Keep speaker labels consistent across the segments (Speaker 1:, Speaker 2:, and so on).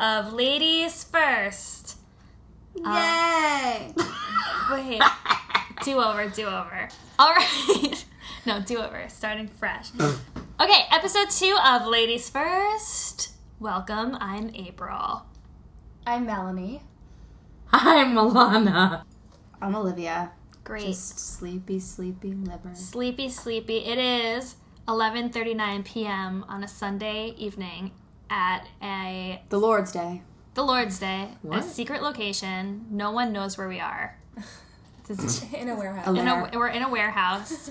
Speaker 1: of Ladies First. Uh,
Speaker 2: Yay!
Speaker 1: Wait, do over, do over. All right. No, do over, starting fresh. Okay, episode two of Ladies First. Welcome, I'm April.
Speaker 2: I'm Melanie.
Speaker 3: I'm Milana.
Speaker 2: I'm Olivia.
Speaker 1: Great.
Speaker 2: Just sleepy, sleepy liver.
Speaker 1: Sleepy, sleepy. It is 11:39 p.m. on a Sunday evening at a
Speaker 2: The Lord's Day.
Speaker 1: the Lord's Day, a
Speaker 3: What?
Speaker 1: secret location. No one knows where we are. This is-
Speaker 4: In a warehouse.
Speaker 2: A
Speaker 1: in a-
Speaker 2: lair.
Speaker 1: we're in a warehouse,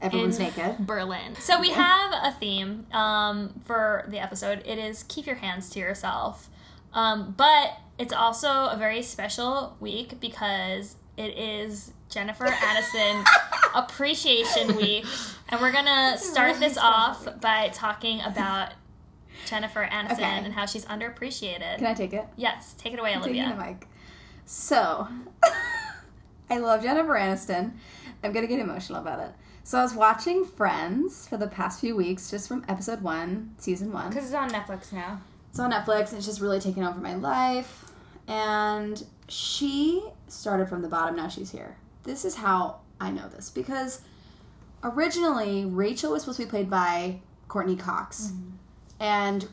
Speaker 2: Everyone's
Speaker 1: in-
Speaker 2: naked.
Speaker 1: Berlin. So we have a theme um, for the episode. It is keep your hands to yourself, um, but it's also a very special week because it is Jennifer Addison Appreciation Week, and we're gonna start this off by talking about Jennifer Aniston
Speaker 2: Okay.
Speaker 1: and how she's underappreciated.
Speaker 2: Can I take it?
Speaker 1: yes, take it away,
Speaker 2: Taking the
Speaker 1: Olivia.
Speaker 2: mic. So, I love Jennifer Aniston. I'm gonna get emotional about it. So I was watching Friends for the past few weeks, just from episode one, season one.
Speaker 4: Because it's on Netflix now.
Speaker 2: It's on Netflix. and It's just really taken over my life. And she started from the bottom. Now she's here. This is how I know this because originally Rachel was supposed to be played by Courtney Cox,
Speaker 4: Mm-hmm.
Speaker 2: and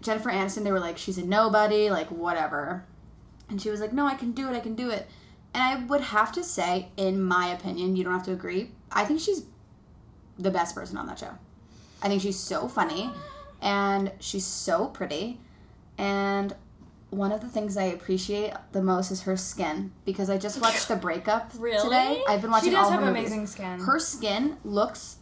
Speaker 2: Jennifer Aniston. They were like, she's a nobody, like whatever. And she was like, no, I can do it. I can do it. And I would have to say, in my opinion, you don't have to agree. I think she's the best person on that show. I think she's so funny and she's so pretty. And one of the things I appreciate the most is her skin because I just watched The Breakup
Speaker 1: Really?
Speaker 2: today. I've been watching
Speaker 4: She does
Speaker 2: all
Speaker 4: have
Speaker 2: her movies.
Speaker 4: amazing skin.
Speaker 2: Her skin looks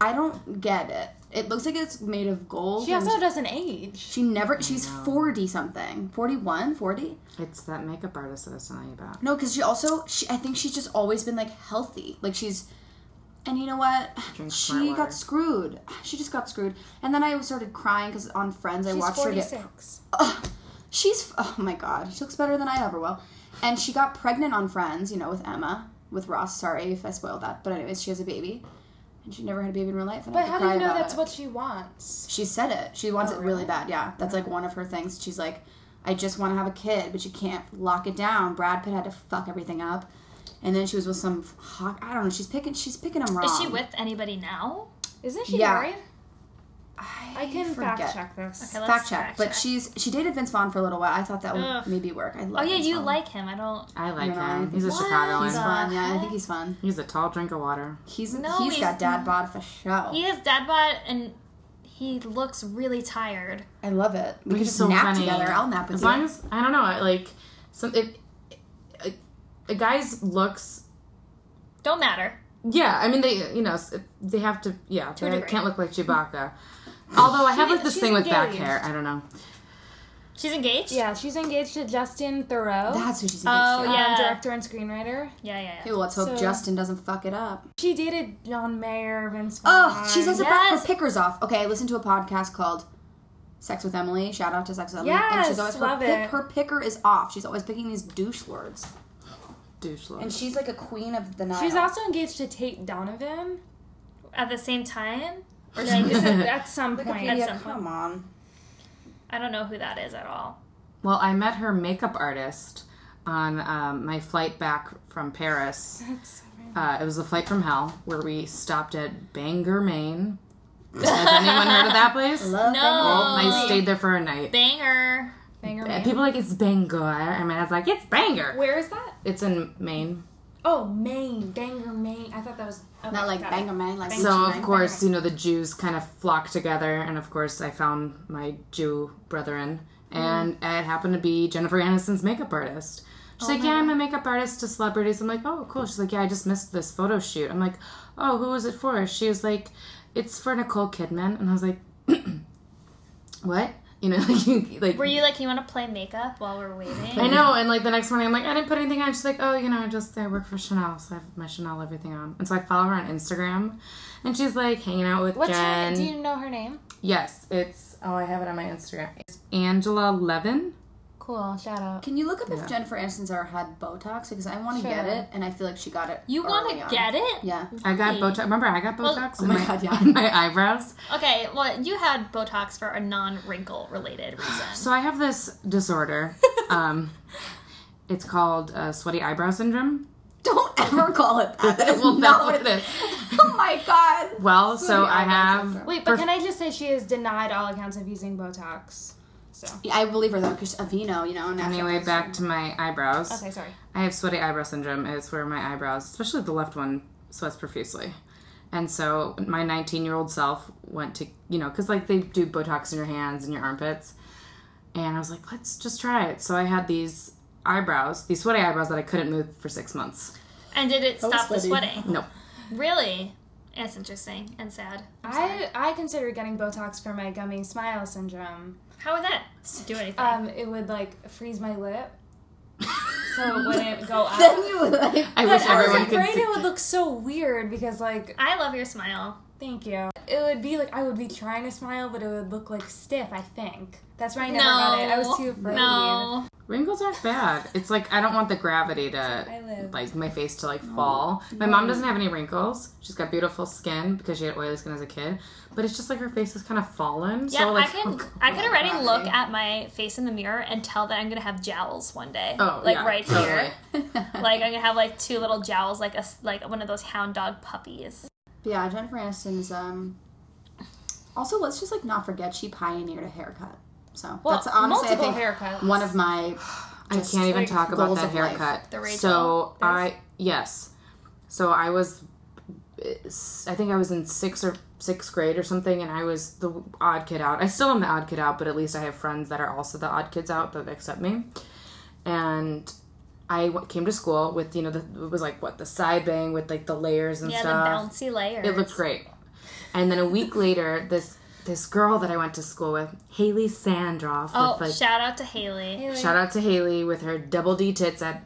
Speaker 2: I don't get it. It looks like it's made of gold.
Speaker 4: she
Speaker 2: and
Speaker 4: also doesn't age.
Speaker 2: she never she's 40 something. 41, 40?
Speaker 3: It's that makeup artist that I was telling you about.
Speaker 2: No, cuz she also she I think she's just always been like healthy. Like she's and you know what?
Speaker 3: Drink smart
Speaker 2: she got
Speaker 3: water.
Speaker 2: screwed. She just got screwed. And then I started crying cuz on Friends I
Speaker 4: She's
Speaker 2: watched her get
Speaker 4: 46.
Speaker 2: She's oh my god, she looks better than I ever will. And she got pregnant on Friends, you know, with Emma, with Ross. Sorry if I spoiled that, but anyways, she has a baby, and she never had a baby in real life. And I
Speaker 4: But
Speaker 2: had
Speaker 4: how
Speaker 2: to
Speaker 4: do you
Speaker 2: cry
Speaker 4: know
Speaker 2: about
Speaker 4: that's
Speaker 2: it.
Speaker 4: what she wants?
Speaker 2: she said? It. She wants
Speaker 4: Oh,
Speaker 2: it really
Speaker 4: really?
Speaker 2: bad. Yeah, that's like one of her things. She's like, I just want to have a kid, but you can't lock it down. Brad Pitt had to fuck everything up, and then she was with some hot. I don't know. She's picking. She's picking him wrong.
Speaker 1: Is she with anybody now?
Speaker 4: Isn't she
Speaker 2: Yeah.
Speaker 4: married?
Speaker 2: I,
Speaker 4: I can
Speaker 2: forget.
Speaker 4: fact check this.
Speaker 1: Okay, let's
Speaker 2: Fact check, but she's she dated Vince Vaughn for a little while. I thought that would
Speaker 1: Ugh.
Speaker 2: maybe work. I
Speaker 1: Oh
Speaker 2: love.
Speaker 1: yeah,
Speaker 2: Vince
Speaker 1: you
Speaker 2: Vaughn.
Speaker 1: like him. I don't.
Speaker 3: I like
Speaker 2: No, I
Speaker 3: him.
Speaker 2: think-
Speaker 3: He's a
Speaker 1: What?
Speaker 3: Chicagoan.
Speaker 2: He's
Speaker 1: Uh,
Speaker 2: fun. Yeah, I think he's fun.
Speaker 3: He's a tall drink of water.
Speaker 2: He's
Speaker 1: No,
Speaker 2: he's
Speaker 1: he's
Speaker 2: got dad bod for show.
Speaker 1: He has dad bod and he looks really tired.
Speaker 2: I love it. We
Speaker 3: He's
Speaker 2: can just
Speaker 3: so
Speaker 2: nap
Speaker 3: funny.
Speaker 2: together. I'll nap with
Speaker 3: As
Speaker 2: you.
Speaker 3: long as I don't know, I- like some it, a, a guy's looks.
Speaker 1: Don't matter.
Speaker 3: Yeah, I mean they you know s- they have to yeah
Speaker 1: a
Speaker 3: they
Speaker 1: degree.
Speaker 3: can't look like Chewbacca. Although I have
Speaker 4: She-
Speaker 3: like this
Speaker 4: she's
Speaker 3: thing with back
Speaker 4: engaged.
Speaker 3: hair. I don't know.
Speaker 1: She's engaged.
Speaker 4: Yeah, she's engaged to Justin Thoreau,
Speaker 2: That's who she's engaged
Speaker 1: Oh,
Speaker 2: to.
Speaker 4: um,
Speaker 1: yeah.
Speaker 4: director and screenwriter.
Speaker 1: yeah, yeah.
Speaker 2: Okay,
Speaker 1: yeah.
Speaker 2: well, let's hope
Speaker 4: So-
Speaker 2: Justin doesn't fuck it up.
Speaker 4: She dated John Mayer, Vince Vaughn.
Speaker 2: Oh, she says about
Speaker 1: yes.
Speaker 2: her pickers off. Okay, I listened to a podcast called Sex with Emily. Shout out to Sex with Emily. and she's
Speaker 4: Yes,
Speaker 2: always her,
Speaker 4: love
Speaker 2: pick,
Speaker 4: it.
Speaker 2: her picker is off. She's always picking these douche words.
Speaker 3: Douche
Speaker 2: And
Speaker 3: lord.
Speaker 2: she's like a queen of the Nile.
Speaker 4: She's also engaged to Tate Donovan.
Speaker 1: At the same time, or
Speaker 4: Like,
Speaker 1: like,
Speaker 4: is it- at some point.
Speaker 1: at
Speaker 2: Wikipedia,
Speaker 1: some
Speaker 2: come on.
Speaker 1: I don't know who that is at all.
Speaker 3: Well, I met her makeup artist on um, my flight back from Paris.
Speaker 4: That's so weird.
Speaker 3: Uh, it was the flight from hell where we stopped at Bangor, Maine. Has anyone heard of that place?
Speaker 2: Love
Speaker 1: No.
Speaker 2: Emily.
Speaker 3: And I stayed there for a night.
Speaker 1: Banger.
Speaker 4: Banger
Speaker 3: And
Speaker 4: Man.
Speaker 3: people are like it's Bangor, and I was like it's Bangor.
Speaker 4: Where is that?
Speaker 3: It's in Maine,
Speaker 4: Oh, Maine. Banger, Maine. I thought that was. okay,
Speaker 2: Not like
Speaker 4: got it.
Speaker 2: banger man. Like
Speaker 3: so
Speaker 2: Gucci
Speaker 3: of
Speaker 2: Mane.
Speaker 3: course you know the Jews kind of flock together, and of course I found my Jew brethren, and it happened to be Jennifer Aniston's makeup artist. She's like, yeah, I'm a makeup artist to celebrities. I'm like, oh, cool. She's like, yeah, I just missed this photo shoot. I'm like, oh, who was it for? She was like, it's for Nicole Kidman, and I was like, what? You know, like, you, like
Speaker 1: Were you like, you want to play makeup while we're waiting?
Speaker 2: Mm-hmm.
Speaker 3: I know, and like the next morning, I'm like, I didn't put anything on. She's like, oh, you know, I just I work for Chanel, so I have my Chanel everything on. And so I follow her on Instagram, and she's like hanging out with
Speaker 4: What's her?
Speaker 3: Jen.
Speaker 4: Do you know her name?
Speaker 3: yes, it's oh, I have it on my Instagram. It's Angela Levin.
Speaker 4: Cool. Shout out.
Speaker 2: Can you look up if Jennifer Aniston's ever had Botox? Because I want to get
Speaker 4: Sure.
Speaker 2: it, and I feel like she got it.
Speaker 1: You
Speaker 2: want to
Speaker 1: get it?
Speaker 2: Yeah.
Speaker 3: I got
Speaker 1: Wait.
Speaker 3: Botox. Remember, I got Botox
Speaker 2: oh
Speaker 3: in
Speaker 2: my
Speaker 3: my,
Speaker 2: God, yeah.
Speaker 3: in my eyebrows.
Speaker 1: Okay, well, you had Botox for a non wrinkle related reason.
Speaker 3: So I have this disorder. um, it's called uh, sweaty eyebrow syndrome.
Speaker 2: Don't ever call it that. That is
Speaker 3: Well, that's
Speaker 2: not
Speaker 3: what it is.
Speaker 2: Oh my god.
Speaker 3: Well, so
Speaker 2: Sweaty
Speaker 3: I
Speaker 2: eyebrow
Speaker 3: have.
Speaker 2: syndrome.
Speaker 4: Wait, but
Speaker 3: Perf-
Speaker 4: can I just say she has denied all accounts of using Botox? So
Speaker 2: Yeah, I believe her though, because Avino, you know. natural
Speaker 3: Anyway,
Speaker 2: hairstyle.
Speaker 3: back to my eyebrows.
Speaker 4: okay, sorry.
Speaker 3: I have sweaty eyebrow syndrome. It's where my eyebrows, especially the left one, sweats profusely. And so my 19 year old self went to, you know, because like they do Botox in your hands and your armpits. And I was like, let's just try it. So I had these eyebrows, these sweaty eyebrows that I couldn't move for six months.
Speaker 1: and did it stop the
Speaker 2: sweaty.
Speaker 1: sweating?
Speaker 3: No.
Speaker 1: Really? That's interesting and sad.
Speaker 4: I I considered getting Botox for my gummy smile syndrome.
Speaker 1: How would that do anything?
Speaker 4: Um, it would like freeze my lip, so it wouldn't go out.
Speaker 2: Then you like.
Speaker 3: I wish
Speaker 4: But I was
Speaker 3: everyone
Speaker 4: like,
Speaker 3: could
Speaker 4: right,
Speaker 3: see.
Speaker 4: it would look so weird because like,
Speaker 1: I love your smile.
Speaker 4: thank you. It would be like I would be trying to smile, but it would look like stiff. I think that's why I never got it. I was too afraid.
Speaker 1: No.
Speaker 3: Wrinkles aren't bad. It's like I don't want the gravity
Speaker 4: I
Speaker 3: to
Speaker 4: live.
Speaker 3: like my face to like fall. My mom doesn't have any wrinkles. She's got beautiful skin because she had oily skin as a kid. But it's just like her face is kind of fallen.
Speaker 1: Yeah,
Speaker 3: so like
Speaker 1: I can. I could already look at my face in the mirror and tell that I'm gonna have jowls one day.
Speaker 3: Oh,
Speaker 1: like
Speaker 3: yeah,
Speaker 1: right
Speaker 3: totally.
Speaker 1: here. like I'm gonna have like two little jowls, like a s- like one of those hound dog puppies.
Speaker 2: yeah, Jennifer Aniston is um. Also, let's just like not forget she pioneered a haircut. So
Speaker 4: Well,
Speaker 2: that's honestly, I
Speaker 4: multiple
Speaker 2: think
Speaker 4: haircuts.
Speaker 2: one of my.
Speaker 3: I
Speaker 2: just,
Speaker 3: can't even
Speaker 4: like,
Speaker 3: talk about
Speaker 2: goals
Speaker 3: that
Speaker 2: of life.
Speaker 3: haircut.
Speaker 1: The Rachel?
Speaker 3: so I yes, so I was, I think I was in sixth or sixth grade or something, and I was the odd kid out. I still am the odd kid out, but at least I have friends that are also the odd kids out that accept me. And I w- came to school with you know the, it was like what the side bang with like the layers and
Speaker 1: Yeah,
Speaker 3: stuff.
Speaker 1: the bouncy layer.
Speaker 3: It looked great. And then a week later, this this girl that I went to school with, Haley Sandroff,
Speaker 1: Oh,
Speaker 3: with like
Speaker 1: shout out to Haley.
Speaker 4: Haley,
Speaker 3: Shout out to Haley with her double D tits at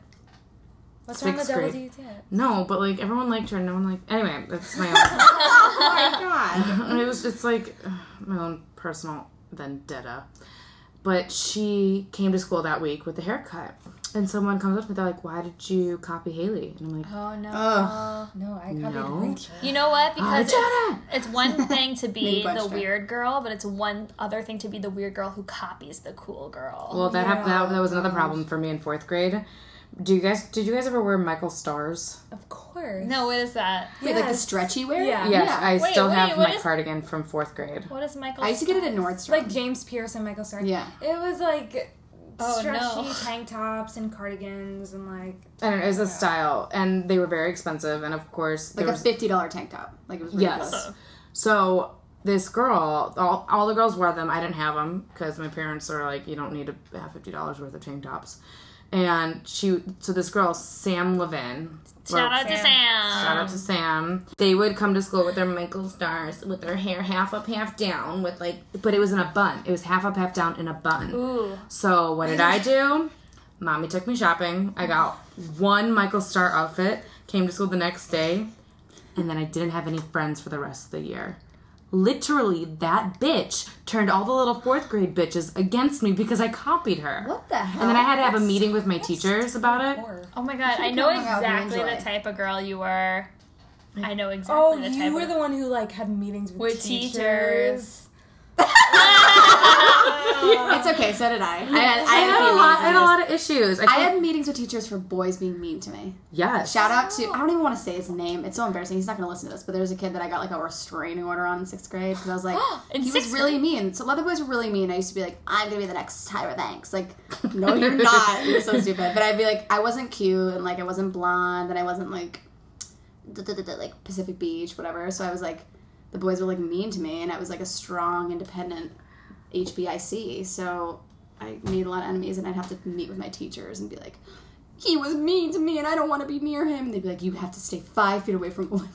Speaker 4: what's wrong with
Speaker 3: sixth
Speaker 4: double D
Speaker 3: grade.
Speaker 4: tip?
Speaker 3: no, but like everyone liked her, and no one liked. Anyway, that's my own.
Speaker 2: Oh my god.
Speaker 3: it was just like ugh, my own personal vendetta. But she came to school that week with a haircut, and someone comes up to me. They're like, "Why did you copy Haley?" And I'm like,
Speaker 4: Oh no,
Speaker 2: Ugh.
Speaker 4: no, I copied
Speaker 3: No.
Speaker 4: Rachel.
Speaker 1: You know what?
Speaker 3: "Ah,
Speaker 1: Because it's,
Speaker 3: Jenna!"
Speaker 1: it's one thing to be
Speaker 2: Maybe
Speaker 1: the
Speaker 2: Buster.
Speaker 1: weird girl, but it's one other thing to be the weird girl who copies the cool girl.
Speaker 3: Well, that, hap-
Speaker 4: Yeah.
Speaker 3: that that was another problem for me in fourth grade. Do you guys did you guys ever wear Michael Stars?
Speaker 4: Of course.
Speaker 1: no, what is that?
Speaker 2: Wait, like the
Speaker 4: Yes.
Speaker 2: stretchy wear?
Speaker 4: Yeah.
Speaker 3: Yes,
Speaker 2: Yeah.
Speaker 3: I
Speaker 1: Wait,
Speaker 3: still
Speaker 1: wait,
Speaker 3: have
Speaker 1: what
Speaker 3: my
Speaker 1: is-
Speaker 3: cardigan from fourth grade.
Speaker 1: What is Michael?
Speaker 2: I used to get it at
Speaker 1: Stiles?
Speaker 2: Nordstrom.
Speaker 4: like James Pierce and Michael Starr.
Speaker 2: Yeah.
Speaker 4: It was like
Speaker 1: Oh,
Speaker 4: stretchy
Speaker 1: no.
Speaker 4: tank tops and cardigans and like
Speaker 3: I don't know, it was a style, and they were very expensive, and of course, there
Speaker 2: like a
Speaker 3: was-
Speaker 2: fifty dollar tank top. Like it was ridiculous.
Speaker 3: Yes. So this girl, all, all the girls wore them. I didn't have them because my parents are like, you don't need to have fifty dollars worth of tank tops. And she, so this girl, Sam Levin,
Speaker 1: Shout
Speaker 3: well,
Speaker 1: out to
Speaker 4: Sam.
Speaker 1: Sam.
Speaker 3: shout out to Sam. They would come to school with their Michael stars, with their hair half up, half down, with like, but it was in a bun. It was half up, half down in a bun.
Speaker 1: Ooh.
Speaker 3: So what did I do? Mommy took me shopping. I got one Michael Star outfit, came to school the next day, and then I didn't have any friends for the rest of the year. Literally, that bitch turned all the little fourth grade bitches against me because I copied her.
Speaker 2: What the hell?
Speaker 3: And then I had to have a meeting with my teachers about it.
Speaker 4: or
Speaker 1: Oh my god, I know
Speaker 2: hung out with
Speaker 1: exactly
Speaker 2: Enjoy.
Speaker 1: the type of girl you were. I know exactly
Speaker 4: Oh,
Speaker 1: the
Speaker 4: you
Speaker 1: type
Speaker 4: were
Speaker 1: of
Speaker 4: the one who like had meetings with,
Speaker 1: With
Speaker 4: teachers.
Speaker 2: It's okay. So did I. I had, I
Speaker 3: I
Speaker 2: had,
Speaker 3: had a lot. I had a
Speaker 2: meetings with teachers.
Speaker 3: lot of issues. I,
Speaker 2: I
Speaker 3: can't-
Speaker 2: had meetings with teachers for boys being mean to me.
Speaker 3: yes.
Speaker 2: Shout out to I don't even want to say his name. It's so embarrassing. He's not going to listen to this. But there's a kid that I got like a restraining order on in sixth grade because I was like,
Speaker 1: In
Speaker 2: he was
Speaker 1: sixth
Speaker 2: really mean. So a lot of the boys were really mean. I used to be like, I'm going to be the next Tyra Banks. Like, no, you're not. You're so stupid. But I'd be like, I wasn't cute and like I wasn't blonde and I wasn't like, duh, duh, duh, duh, like Pacific Beach, whatever. So I was like, the boys were like mean to me and I was like a strong, independent HBIC. So I made a lot of enemies and I'd have to meet with my teachers and be like, he was mean to me and I don't want to be near him. And they'd be like, you have to stay five feet away from Olivia.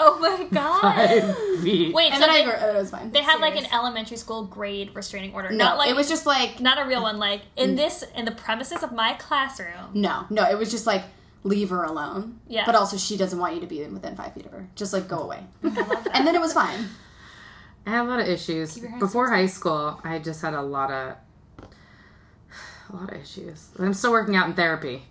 Speaker 1: Oh my god.
Speaker 3: Wait.
Speaker 1: Wait,
Speaker 2: And
Speaker 1: so
Speaker 2: then I,
Speaker 1: they,
Speaker 2: grew- and it was fine.
Speaker 1: they had like an elementary school grade restraining order.
Speaker 2: no,
Speaker 1: not like
Speaker 2: it was just like,
Speaker 1: not a real one, like in this in the premises of my classroom.
Speaker 2: no, no, it was just like, leave her alone.
Speaker 1: Yeah.
Speaker 2: But also, she doesn't want you to be within five feet of her. Just like, go away. and then it was fine.
Speaker 3: I had a lot of issues. Before high school, I just had a lot of a lot of issues. And I'm still working out in therapy.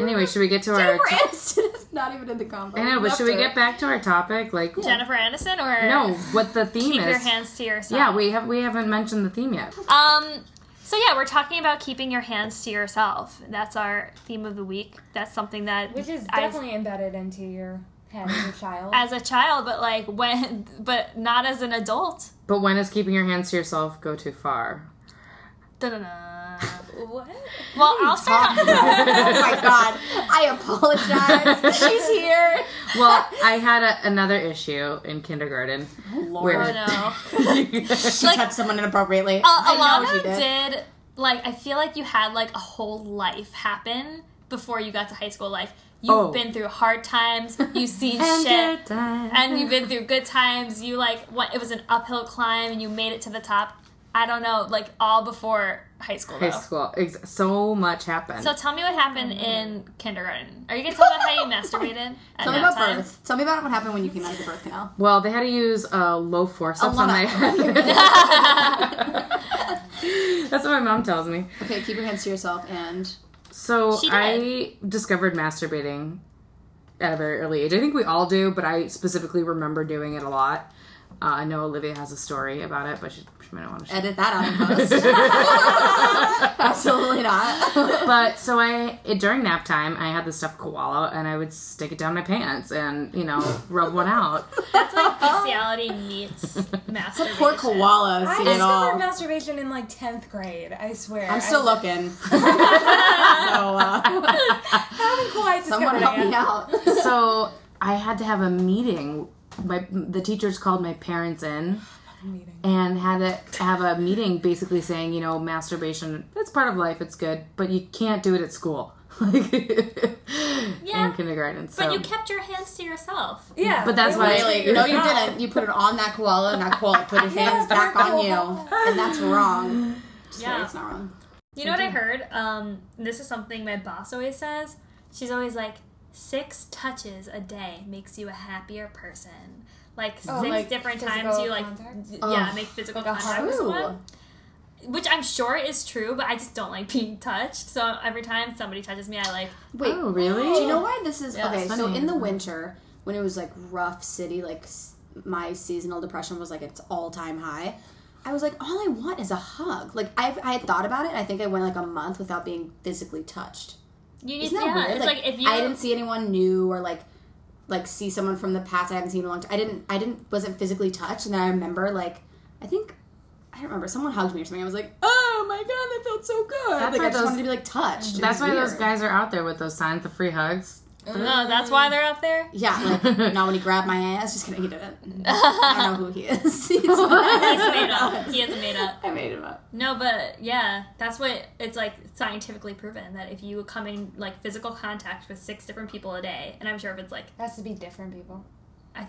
Speaker 3: anyway, should we get to our?
Speaker 2: Jennifer
Speaker 3: To-
Speaker 2: Aniston is not even in the combo.
Speaker 3: I know, but should we get back to our topic? Like,
Speaker 1: Jennifer Aniston or
Speaker 3: no, what the theme
Speaker 1: keep
Speaker 3: is?
Speaker 1: your hands to yourself.
Speaker 3: yeah, we have we haven't mentioned the theme yet.
Speaker 1: Um, so yeah, we're talking about keeping your hands to yourself. That's our theme of the week. That's something that
Speaker 4: Which is
Speaker 1: I-
Speaker 4: definitely embedded into your head as a child.
Speaker 1: as a child, but like when, but not as an adult.
Speaker 3: But when does keeping your hands to yourself go too far?
Speaker 1: Da-da-da.
Speaker 4: what?
Speaker 1: Well, I'll start. off-
Speaker 2: oh my god! I apologize. She's here.
Speaker 3: Well, I had a, another issue in kindergarten.
Speaker 2: Lord.
Speaker 1: oh no.
Speaker 2: She
Speaker 1: Like-
Speaker 2: touched someone inappropriately.
Speaker 1: Uh,
Speaker 2: I know
Speaker 1: Alana
Speaker 2: she did.
Speaker 1: did. like I feel like you had like a whole life happen before you got to high school. Like you've
Speaker 3: Oh.
Speaker 1: been through hard times, you've seen
Speaker 3: And
Speaker 1: shit,
Speaker 3: good times.
Speaker 1: and you've been through good times. You like what it was an uphill climb, and you made it to the top. I don't know, like all before high school
Speaker 3: high
Speaker 1: though.
Speaker 3: school. Ex- So much happened.
Speaker 1: So tell me what happened
Speaker 2: Mm-hmm.
Speaker 1: in kindergarten. Are you gonna tell about how you masturbated? At
Speaker 2: Tell me
Speaker 1: that
Speaker 2: about
Speaker 1: time?
Speaker 2: birth. Tell me about what happened when you came out of the birth canal.
Speaker 3: well, they had to use uh, low forceps
Speaker 2: Alana.
Speaker 3: on my head. That's what my mom tells me.
Speaker 2: Okay, keep your hands to yourself and
Speaker 3: So
Speaker 1: She did.
Speaker 3: I discovered masturbating at a very early age. I think we all do, but I specifically remember doing it a lot. Uh, I know Olivia has a story about it, but she, she might not want to share.
Speaker 2: edit that out in post. Absolutely not.
Speaker 3: But so I it, during nap time, I had this stuffed koala, and I would stick it down my pants and you know rub one out.
Speaker 1: That's like bestiality meets masturbation.
Speaker 2: Poor koala has
Speaker 4: I
Speaker 2: seen it all.
Speaker 4: discovered masturbation in like 10th grade, I swear.
Speaker 2: I'm still
Speaker 4: I
Speaker 2: looking. so uh,
Speaker 4: haven't quite
Speaker 2: someone
Speaker 4: discovered
Speaker 2: help
Speaker 4: it
Speaker 2: me
Speaker 4: yet.
Speaker 2: out.
Speaker 3: so I had to have a meeting. My the teachers called my parents in and had to have a meeting, basically saying, you know, masturbation it's part of life, it's good, but you can't do it at school, like
Speaker 1: Yeah.
Speaker 3: in kindergarten. So.
Speaker 1: But you kept your hands to yourself.
Speaker 4: Yeah.
Speaker 3: But that's
Speaker 4: it
Speaker 3: why-
Speaker 4: was-
Speaker 2: Really? No, you didn't. You put it on that koala, and that koala put his
Speaker 4: Yeah,
Speaker 2: hands back
Speaker 4: poor
Speaker 2: on you,
Speaker 4: koala.
Speaker 2: and that's wrong. Just
Speaker 1: Yeah.
Speaker 2: kidding, it's not wrong.
Speaker 1: You know what I heard? Um, this is something my boss always says. She's always like, six touches a day makes you a happier person. Like six
Speaker 4: Oh, like
Speaker 1: different
Speaker 4: physical
Speaker 1: times you like,
Speaker 4: contact?
Speaker 1: d-
Speaker 2: Oh,
Speaker 1: yeah, make physical
Speaker 4: like a
Speaker 1: contact with
Speaker 2: True.
Speaker 1: someone, which I'm sure is true. But I just don't like being touched. So every time somebody touches me, I like,
Speaker 2: Wait,
Speaker 3: oh, really?
Speaker 2: Do you know why this is?
Speaker 1: Yeah,
Speaker 2: okay,
Speaker 1: it's
Speaker 2: so
Speaker 3: funny.
Speaker 2: in the winter, when it was like rough city, like s- my seasonal depression was like its all time high. I was like, all I want is a hug. Like I, I had thought about it. And I think I went like a month without being physically touched.
Speaker 1: you need,
Speaker 2: Isn't that
Speaker 1: yeah.
Speaker 2: weird?
Speaker 1: It's like, if you,
Speaker 2: I didn't see anyone new or like, like see someone from the past I haven't seen in a long time. I didn't, I didn't, wasn't physically touched. And then I remember like, I think. I don't remember. Someone hugged me or something. I was like, "Oh my god, that felt so good!"
Speaker 3: That's
Speaker 2: like
Speaker 3: why
Speaker 2: I just
Speaker 3: those-
Speaker 2: wanted to be like touched. It
Speaker 3: That's
Speaker 2: was
Speaker 3: why those
Speaker 2: weird.
Speaker 3: guys are out there with those signs, the free hugs.
Speaker 1: no, Oh, that's
Speaker 2: Mm.
Speaker 1: why they're out there.
Speaker 2: Yeah, like not when he grabbed my ass. Just kidding, he didn't. I don't know who he is. He's- I
Speaker 1: He's made up. He is made up.
Speaker 2: made him up.
Speaker 1: No, but yeah, that's what it's like scientifically proven that if you come in like physical contact with six different people a day, and I'm sure if it's like
Speaker 4: It has to be different people.
Speaker 1: I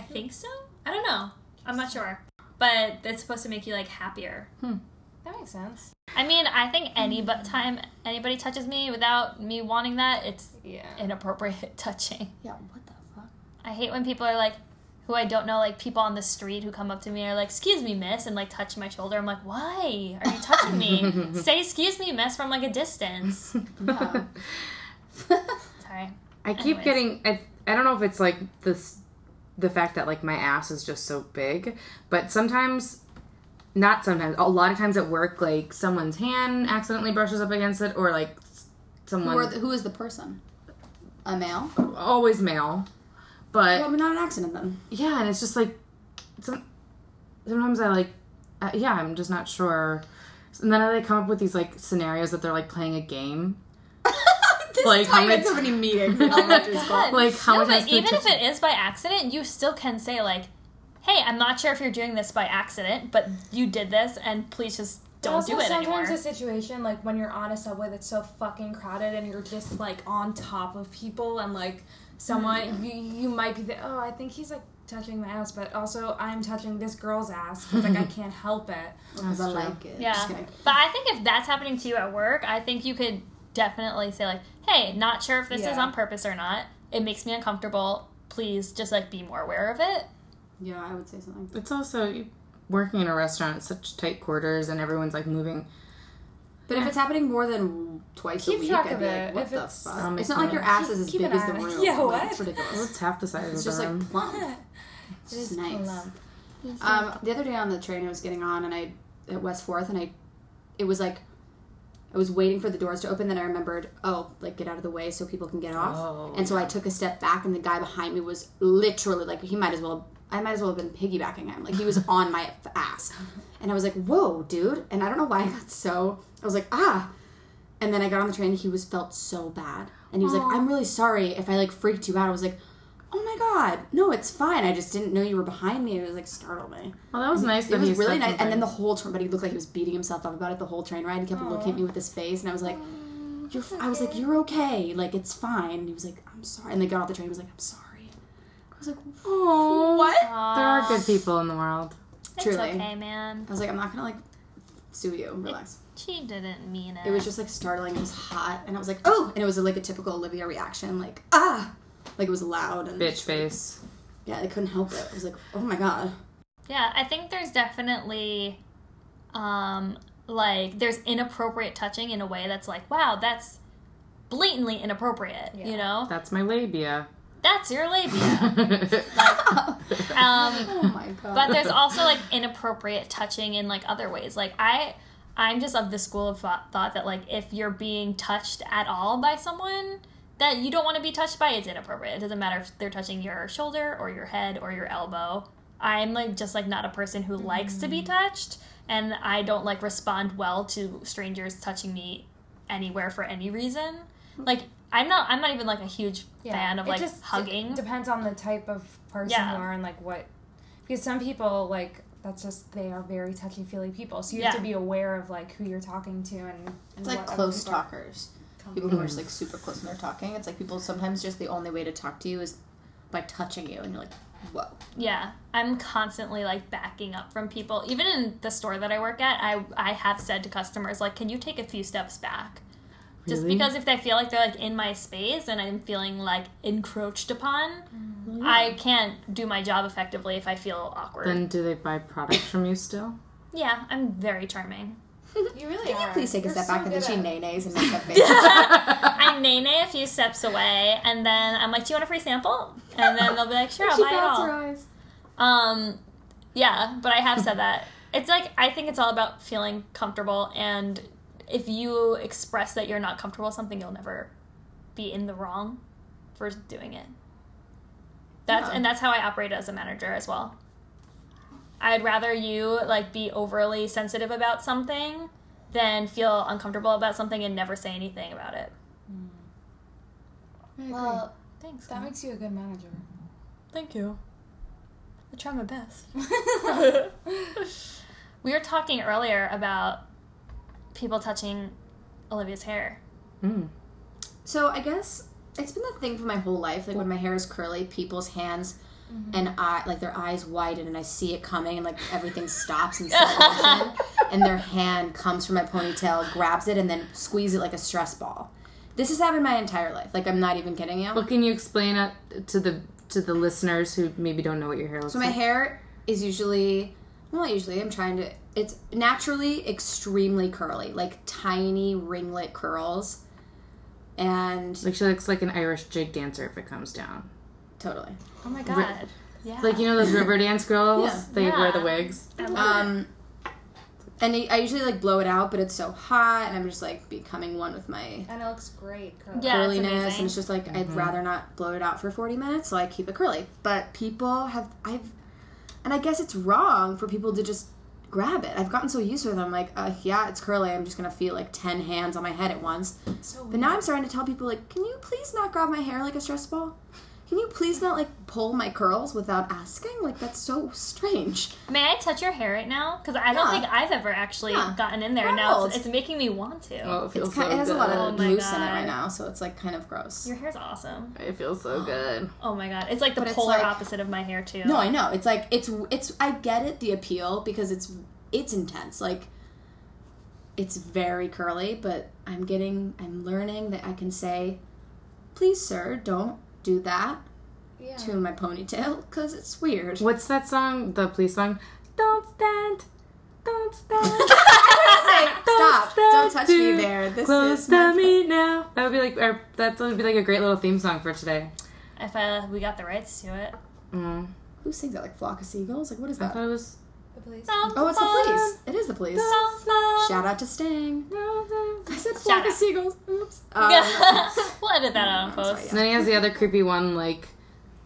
Speaker 1: think so. I don't know. I'm not sure. But it's supposed to make you like happier.
Speaker 4: That makes sense.
Speaker 1: I mean, I think any but time anybody touches me without me wanting that, it's
Speaker 4: Yeah.
Speaker 1: inappropriate touching.
Speaker 2: Yeah, what the fuck?
Speaker 1: I hate when people are like who I don't know, like people on the street who come up to me are like, "Excuse me, miss," and like touch my shoulder. I'm like, "Why are you touching me?" Say, "Excuse me, miss," from like a distance.
Speaker 2: Yeah.
Speaker 1: Sorry.
Speaker 3: I keep
Speaker 1: Anyways.
Speaker 3: getting. I, I don't know if it's like this, the fact that like my ass is just so big, but sometimes, not sometimes, a lot of times at work, like someone's hand accidentally brushes up against it, or like s- someone
Speaker 2: Who, are the, who is the person? A male?
Speaker 3: always male, but
Speaker 2: Well, I mean, not an accident then.
Speaker 3: yeah, and it's just like, some, sometimes I like, uh, yeah, I'm just not sure, and then I like come up with these like scenarios that they're like playing a game,
Speaker 2: This
Speaker 3: Like, how
Speaker 2: time I had
Speaker 3: many-
Speaker 2: so many meetings in elementary school.
Speaker 3: like how
Speaker 1: no,
Speaker 3: much
Speaker 1: but even if it is by accident, you still can say like, "Hey, I'm not sure if you're doing this by accident, but you did this, and please just don't
Speaker 4: also,
Speaker 1: do it
Speaker 4: sometimes
Speaker 1: anymore."
Speaker 4: the situation, like when you're on a subway that's so fucking crowded and you're just like on top of people and like someone,
Speaker 1: Mm-hmm.
Speaker 4: you, you might be the, oh, I think he's like touching my ass, but also I'm touching this girl's ass 'cause, like I can't help it.
Speaker 2: Because I like it.
Speaker 1: yeah,
Speaker 2: Just kidding.
Speaker 1: but I think if that's happening to you at work, I think you could definitely say like, "Hey, not sure if this is
Speaker 4: Yeah.
Speaker 1: on purpose or not. It makes me uncomfortable. Please just like be more aware of it."
Speaker 2: Yeah, I would say something.
Speaker 3: It's also you working in a restaurant, it's such tight quarters, and everyone's like moving.
Speaker 2: But if it's happening more than twice a
Speaker 4: Keep
Speaker 2: week,
Speaker 4: track
Speaker 2: I'd
Speaker 4: of
Speaker 2: be
Speaker 4: it.
Speaker 2: like, what
Speaker 4: If
Speaker 2: the
Speaker 4: it's-
Speaker 2: fuck?
Speaker 3: I'll make
Speaker 2: It's not like your
Speaker 3: notes.
Speaker 2: ass is as
Speaker 4: Keep
Speaker 2: big
Speaker 4: an
Speaker 2: as the
Speaker 4: eye on it.
Speaker 2: room.
Speaker 4: Yeah,
Speaker 2: Like,
Speaker 4: what?
Speaker 2: It's ridiculous.
Speaker 3: It's half the size
Speaker 2: It's
Speaker 3: of
Speaker 2: just
Speaker 3: the room.
Speaker 2: like plump. It's
Speaker 4: It
Speaker 2: just
Speaker 4: is
Speaker 2: nice.
Speaker 4: plump.
Speaker 2: Um, the other day on the train, I was getting on, and I at West Fourth, and I it was like I was waiting for the doors to open. Then I remembered, oh, like get out of the way so people can get off.
Speaker 3: Oh,
Speaker 2: and so I took a step back, and the guy behind me was literally like he might as well. I might as well have been piggybacking him. Like he was on my ass, and I was like, "Whoa, dude!" And I don't know why I got so. I was like, "Ah," and then I got on the train. and He was felt so bad, and he was like, "I'm really sorry if I like freaked you out." I was like, "Oh my god, no, it's fine. I just didn't know you were behind me." It was like startled me.
Speaker 3: Well, that was nice.
Speaker 2: It
Speaker 3: that
Speaker 2: was
Speaker 3: he said
Speaker 2: really nice. And then
Speaker 3: something.
Speaker 2: the whole train, but he looked like he was beating himself up about it the whole train ride. He kept looking at me with his face, and I was like, "You're," f- I was like, "You're okay. Like it's fine." And he was like, "I'm sorry." And they got off the train. He was like, "I'm sorry." I was like, "Oh, what?"
Speaker 3: there are good people in the world.
Speaker 1: It's
Speaker 2: Truly.
Speaker 1: okay, man.
Speaker 2: I was like, "I'm not gonna like sue you. Relax."
Speaker 1: She didn't mean it.
Speaker 2: It was just like startling. It was hot, and I was like, "Oh!" And it was like a typical Olivia reaction, like ah, like it was loud and
Speaker 3: Bitch face.
Speaker 2: yeah, I couldn't help it. I was like, "Oh my god."
Speaker 1: Yeah, I think there's definitely um like there's inappropriate touching in a way that's like, wow, that's blatantly inappropriate, you know?
Speaker 3: That's my labia.
Speaker 1: That's your labia.
Speaker 2: oh
Speaker 1: um
Speaker 2: my god.
Speaker 4: Oh.
Speaker 1: but there's also like inappropriate touching in like other ways. Like I I'm just of the school of thought, thought that like if you're being touched at all by someone that you don't want to be touched by, it's inappropriate. It doesn't matter if they're touching your shoulder or your head or your elbow. I'm like just like not a person who likes to
Speaker 4: Mm.
Speaker 1: be touched and I don't like respond well to strangers touching me anywhere for any reason. Like I'm not I'm not even like a huge fan of
Speaker 4: Mm. It
Speaker 1: like
Speaker 4: just d-
Speaker 1: hugging.
Speaker 4: depends on the type of person
Speaker 1: Yeah.
Speaker 4: you are and like what. Because some people like that's just they are very touchy feely people, so you have
Speaker 1: Yeah.
Speaker 4: to be aware of like who you're talking to and. and
Speaker 2: It's like
Speaker 4: what other
Speaker 2: close
Speaker 4: people are
Speaker 2: talkers.
Speaker 4: coming
Speaker 2: People who are just like super close when they're talking. It's like people sometimes just the only way to talk to you is by touching you, and you're like, whoa.
Speaker 1: Yeah, I'm constantly like backing up from people. Even in the store that I work at, I I have said to customers like, "Can you take a few steps back?" Just
Speaker 3: Really?
Speaker 1: because if they feel like they're like in my space and I'm feeling like encroached upon, I can't do my job effectively if I feel awkward.
Speaker 3: Mm. Then do they buy products from you still?
Speaker 1: yeah, I'm very charming.
Speaker 4: You really are.
Speaker 2: Please take a
Speaker 4: You're
Speaker 2: step
Speaker 4: so
Speaker 2: back, and then
Speaker 4: good
Speaker 2: she
Speaker 4: at-
Speaker 2: nay nays and makes that face.
Speaker 1: I nay nay a few steps away, and then I'm like, "Do you want a free sample?" And then they'll be like, "Sure, I'll buy it all."
Speaker 2: eyes.
Speaker 1: Um, yeah, but I have said that. It's like I think it's all about feeling comfortable, and if you express that you're not comfortable with something, you'll never be in the wrong for doing it. That's
Speaker 2: Yeah.
Speaker 1: and that's how I operate as a manager as well. I'd rather you like be overly sensitive about something than feel uncomfortable about something and never say anything about it.
Speaker 4: Hmm. Well,
Speaker 1: Thanks.
Speaker 4: that makes you a good manager.
Speaker 1: Thank you. I try my best. we were talking earlier about people touching Olivia's hair.
Speaker 2: Hmm.
Speaker 3: Mm.
Speaker 2: So I guess it's been the thing for my whole life. Like when my hair is curly, people's hands
Speaker 4: Mm-hmm.
Speaker 2: and I like their eyes widen, and I see it coming, and like everything stops in slow motion, and their hand comes from my ponytail, grabs it, and then squeezes it like a stress ball. This has happened my entire life. Like I'm not even kidding you.
Speaker 3: Well, can you explain it to the to the listeners who maybe don't know what your hair looks
Speaker 2: So my
Speaker 3: like?
Speaker 2: hair is usually well, not usually. I'm trying to. It's naturally extremely curly, like tiny ringlet curls, and
Speaker 3: Like she looks like an Irish jig dancer if it comes down.
Speaker 2: totally.
Speaker 1: Oh my god. Yeah.
Speaker 3: Like you know those river dance girls?
Speaker 2: Ah. Yeah.
Speaker 3: They
Speaker 1: Yeah.
Speaker 3: wear the wigs.
Speaker 2: Um, and I I usually like blow it out, but it's so hot, and I'm just like becoming one with my
Speaker 4: And it looks great. Girl.
Speaker 1: Yeah, it's
Speaker 2: curliness,
Speaker 1: amazing.
Speaker 2: and it's just like
Speaker 3: Mm-hmm.
Speaker 2: I'd rather not blow it out for 40 minutes, so I keep it curly. But people have I've, and I guess it's wrong for people to just grab it. I've gotten so used to it. I'm like, uh, yeah, it's curly. I'm just gonna feel like 10 hands on my head at once.
Speaker 4: So
Speaker 2: But
Speaker 4: weird.
Speaker 2: now I'm starting to tell people like, can you please not grab my hair like a stress ball? Can you please not like pull my curls without asking? Like that's so strange.
Speaker 1: May I touch your hair right now? Because I don't
Speaker 2: Yeah.
Speaker 1: think I've ever actually
Speaker 2: Yeah.
Speaker 1: gotten in there.
Speaker 2: Why
Speaker 1: Now it's,
Speaker 2: not?
Speaker 1: it's making me want to.
Speaker 3: Oh, it feels
Speaker 2: It's kind,
Speaker 3: so
Speaker 2: it has a lot
Speaker 1: Oh
Speaker 2: of
Speaker 1: my
Speaker 2: loose in it
Speaker 1: God.
Speaker 2: right now, so it's like kind of gross.
Speaker 1: Your hair's awesome.
Speaker 3: good. It feels so good.
Speaker 1: Oh my god. It's like the
Speaker 2: But it's
Speaker 1: polar
Speaker 2: like-
Speaker 1: opposite of my hair too.
Speaker 2: No, I know. It's like it's it's. I get it, the appeal because it's it's intense. Like it's very curly, but I'm getting I'm learning that I can say, "Please, sir, don't do that
Speaker 4: Yeah.
Speaker 2: to my ponytail because it's weird."
Speaker 3: What's that song? The police song? Don't step stand. Don't stand.
Speaker 2: Stop. Don't touch me
Speaker 3: to
Speaker 2: there. This
Speaker 3: Close
Speaker 2: is my
Speaker 3: to me now. That would be like our, that would be like a great little theme song for today.
Speaker 1: If uh, we got the rights to it.
Speaker 3: Mm.
Speaker 2: Who sings that? Like flock of seagulls? Like what is
Speaker 3: I
Speaker 2: that?
Speaker 3: thought it was.
Speaker 4: The police.
Speaker 1: Um,
Speaker 2: Oh, it's the police. It is the police.
Speaker 1: Shout
Speaker 2: Shout out to Sting. I said
Speaker 1: Shout
Speaker 2: flock of
Speaker 1: out.
Speaker 2: seagulls. Oops. Um,
Speaker 1: we'll edit that out on
Speaker 2: sorry,
Speaker 1: post.
Speaker 2: yeah.
Speaker 3: And then he has the other creepy one, like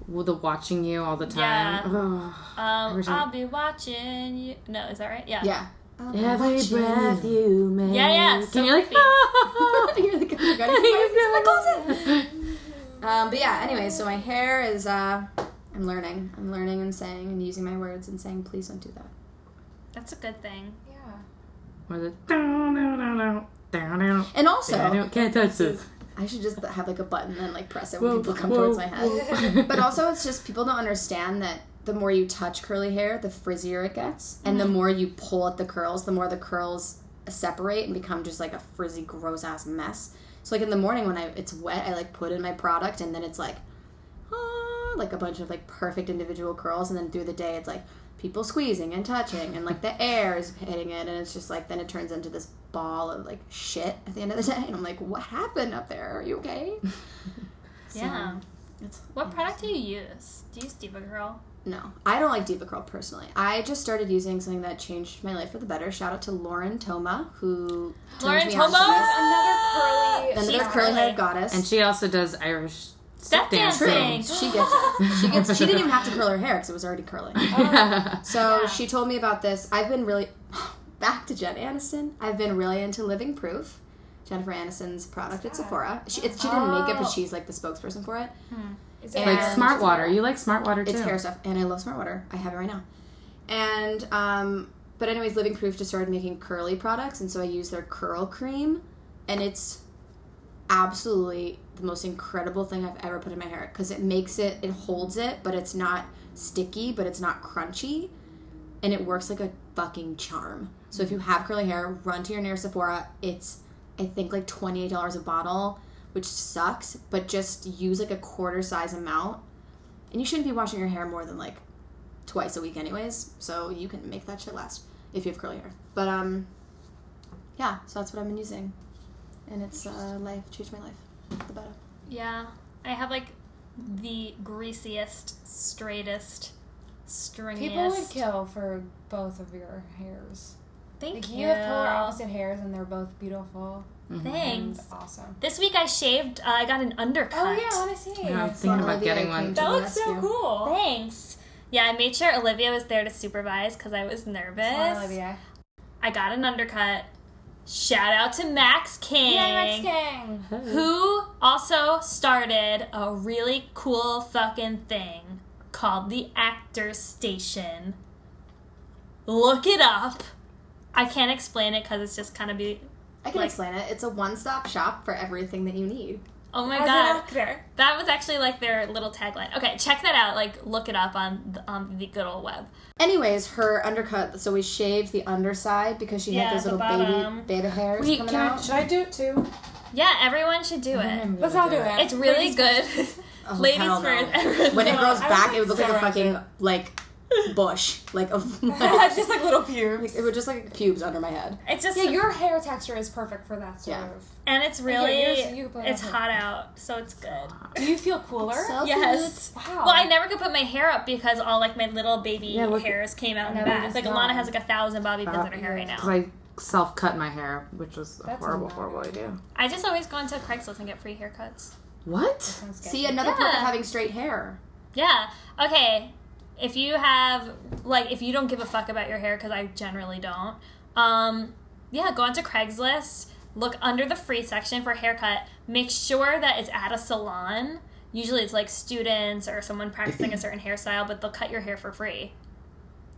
Speaker 3: with the watching you all the time.
Speaker 1: Yeah.
Speaker 3: Ugh.
Speaker 1: Um,
Speaker 3: Every time.
Speaker 1: I'll be watching you. No, is that right? Yeah.
Speaker 2: Um, yeah.
Speaker 3: Every
Speaker 2: Watching
Speaker 3: breath you make.
Speaker 1: Yeah, yeah, so
Speaker 3: Can you like?
Speaker 1: creepy.
Speaker 2: You're like, oh my god, he's in my closet. Um, but yeah, anyway, so my hair is, uh, I'm learning. I'm learning and saying and using my words and saying, please don't do that.
Speaker 1: That's a good thing.
Speaker 4: Yeah.
Speaker 3: Or the down, down, down, down, down, down.
Speaker 2: And also,
Speaker 3: I don't, can't touch this.
Speaker 2: I should just have like a button and like press it when
Speaker 3: Whoa,
Speaker 2: people come
Speaker 3: whoa,
Speaker 2: towards my head.
Speaker 3: whoa.
Speaker 2: But also, it's just people don't understand that the more you touch curly hair, the frizzier it gets, and the more you pull at the curls, the more the curls separate and become just like a frizzy, gross ass mess. So like in the morning when I it's wet, I like put in my product, and then it's like, ah, like a bunch of like perfect individual curls, and then through the day it's like people squeezing and touching, and like the air is hitting it, and it's just like then it turns into this ball of like shit at the end of the day, and I'm like, what happened up there? Are you okay?
Speaker 1: Yeah.
Speaker 2: It's
Speaker 1: What product do you use? Do you use Diva Girl?
Speaker 2: No, I don't like Deepa Curl personally. I just started using something that changed my life for the better. Shout out to Lauren Toma, who turned
Speaker 1: Lauren
Speaker 2: me on to
Speaker 1: Toma?
Speaker 2: this.
Speaker 4: Another curly.
Speaker 1: She's
Speaker 2: another curly
Speaker 1: curly.
Speaker 2: haired goddess.
Speaker 3: And she also does Irish
Speaker 1: Step dancing.
Speaker 2: she gets it. She gets. She didn't even have to curl her hair because it was already curly. So
Speaker 1: Yeah.
Speaker 2: she told me about this. I've been really back to Jen Aniston. I've been really into Living Proof, Jennifer Aniston's product at Sephora. She, it's, she didn't make it, but
Speaker 4: Oh.
Speaker 2: she's like the spokesperson for it.
Speaker 4: Is it
Speaker 2: Like
Speaker 3: like
Speaker 2: And-
Speaker 3: Smart Water. You like Smart Water too.
Speaker 2: Oh, It's hair stuff, and I love Smart Water. I have it right now. And um, but anyways, Living Proof just started making curly products, and so I use their curl cream, and it's absolutely the most incredible thing I've ever put in my hair because it makes it, it holds it, but it's not sticky, but it's not crunchy, and it works like a fucking charm. So if
Speaker 3: Mm-hmm.
Speaker 2: you have curly hair, run to your nearest Sephora. It's I think like twenty eight dollars a bottle, which sucks, but just use like a quarter size amount and you shouldn't be washing your hair more than like twice a week anyways so you can make that shit last if you have curly hair but um yeah so that's what i've been using and it's uh life changed my life for the better
Speaker 1: Yeah. I have like the greasiest, straightest, stringiest.
Speaker 4: People would kill for both of your hairs.
Speaker 1: Thank
Speaker 4: Like
Speaker 1: you.
Speaker 4: you have polar opposite hairs, and they're both beautiful and
Speaker 1: Thanks.
Speaker 4: awesome.
Speaker 1: This week I shaved. Uh, I got an undercut.
Speaker 4: Mm-hmm. Oh yeah, I want to see.
Speaker 3: Yeah, I was thinking about
Speaker 2: Olivia
Speaker 3: getting
Speaker 2: came
Speaker 3: one.
Speaker 2: to-
Speaker 4: That
Speaker 2: the
Speaker 4: looks so
Speaker 2: rescue.
Speaker 4: cool.
Speaker 1: Thanks. Yeah, I made sure Olivia was there to supervise because I was nervous.
Speaker 4: Come on, Olivia.
Speaker 1: I got an undercut. Shout out to Max King.
Speaker 4: Yay, Max King.
Speaker 1: Who also started a really cool fucking thing called the Actors Station. Look it up. I can't explain it because it's just kind of be.
Speaker 2: i can
Speaker 1: Like-
Speaker 2: explain it it's a one-stop shop for everything that you need
Speaker 1: Oh my
Speaker 4: As an
Speaker 1: god.
Speaker 4: actor.
Speaker 1: That was actually like their little tagline. Okay, check that out. Like, look it up on the, um, the good old web.
Speaker 2: anyways her undercut so we shaved the underside because she
Speaker 1: Yeah,
Speaker 2: had those
Speaker 1: the
Speaker 2: little
Speaker 1: bottom.
Speaker 2: baby baby hairs coming out
Speaker 4: I do it too?
Speaker 1: Yeah, everyone should do it.
Speaker 4: Let's all do it.
Speaker 1: It's really
Speaker 4: Mm-hmm. Ladies-
Speaker 1: good.
Speaker 2: Oh,
Speaker 1: Ladies
Speaker 2: hell no.
Speaker 1: first. everyone
Speaker 2: when it
Speaker 1: first.
Speaker 2: grows
Speaker 4: I
Speaker 2: back
Speaker 4: would
Speaker 2: it would look like a
Speaker 4: like
Speaker 2: fucking like bush like of
Speaker 4: just like little pubes.
Speaker 2: it would just like pubes under my head
Speaker 1: It's just
Speaker 4: Yeah, your hair texture is perfect for that sort
Speaker 2: Yeah.
Speaker 4: of.
Speaker 1: and it's
Speaker 4: Yeah,
Speaker 1: really
Speaker 4: yours- you can put it
Speaker 1: it's
Speaker 4: on.
Speaker 1: hot out, so it's good.
Speaker 4: Do you feel cooler?
Speaker 2: So
Speaker 1: Yes.
Speaker 4: wow.
Speaker 1: Well, I never could put my hair up because all like my little baby
Speaker 3: Yeah, look-
Speaker 1: hairs came out in the
Speaker 4: Now they're
Speaker 1: back.
Speaker 4: just
Speaker 1: Like
Speaker 4: gone.
Speaker 1: Alana has like a thousand bobby pins
Speaker 3: Wow.
Speaker 1: in her hair right now.
Speaker 3: 'Cause I self cut my hair, which was a
Speaker 4: That's
Speaker 3: horrible,
Speaker 4: not-
Speaker 3: horrible idea.
Speaker 1: I just always go into Craigslist and get free haircuts.
Speaker 3: What?
Speaker 4: Sounds good.
Speaker 2: See, another part of
Speaker 1: Yeah.
Speaker 2: having straight hair.
Speaker 1: Yeah. Okay. If you have like if you don't give a fuck about your hair because I generally don't. Um yeah, go onto Craigslist, look under the free section for haircut, make sure that it's at a salon. Usually it's like students or someone practicing a certain hairstyle, but they'll cut your hair for free.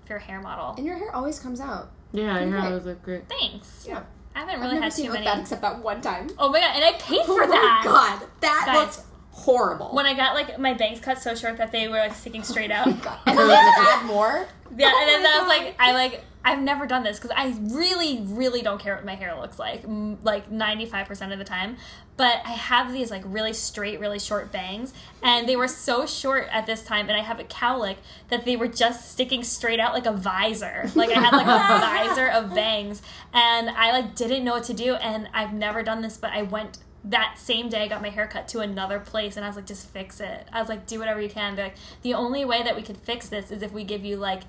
Speaker 1: If you're a hair model.
Speaker 2: And your hair always comes out.
Speaker 3: Yeah, your hair
Speaker 2: Right.
Speaker 3: was like great.
Speaker 1: Thanks.
Speaker 2: Yeah.
Speaker 1: I haven't
Speaker 2: I've
Speaker 1: really
Speaker 2: never
Speaker 1: had
Speaker 2: seen it
Speaker 1: too
Speaker 2: like
Speaker 1: many.
Speaker 2: that except that one time.
Speaker 1: Oh my god, and I paid for
Speaker 2: oh
Speaker 1: that.
Speaker 2: my god, that
Speaker 1: Guys.
Speaker 2: looks horrible. Oh
Speaker 1: When I got like my bangs cut so short that they were like sticking straight out.
Speaker 2: and then they had to add more.
Speaker 1: Yeah, and then
Speaker 4: my
Speaker 1: that was
Speaker 4: God.
Speaker 1: like I like I've never done this because I really really don't care what my hair looks like m- like ninety five percent of the time. But I have these like really straight, really short bangs, and they were so short at this time, and I have a cowlick that they were just sticking straight out like a visor. Like I had like a visor of bangs, and I like didn't know what to do, and I've never done this, but I went. That same day, I got my hair cut to another place, and I was like, "Just fix it." I was like, "Do whatever you can." They're like, "The only way that we could fix this is if we give you like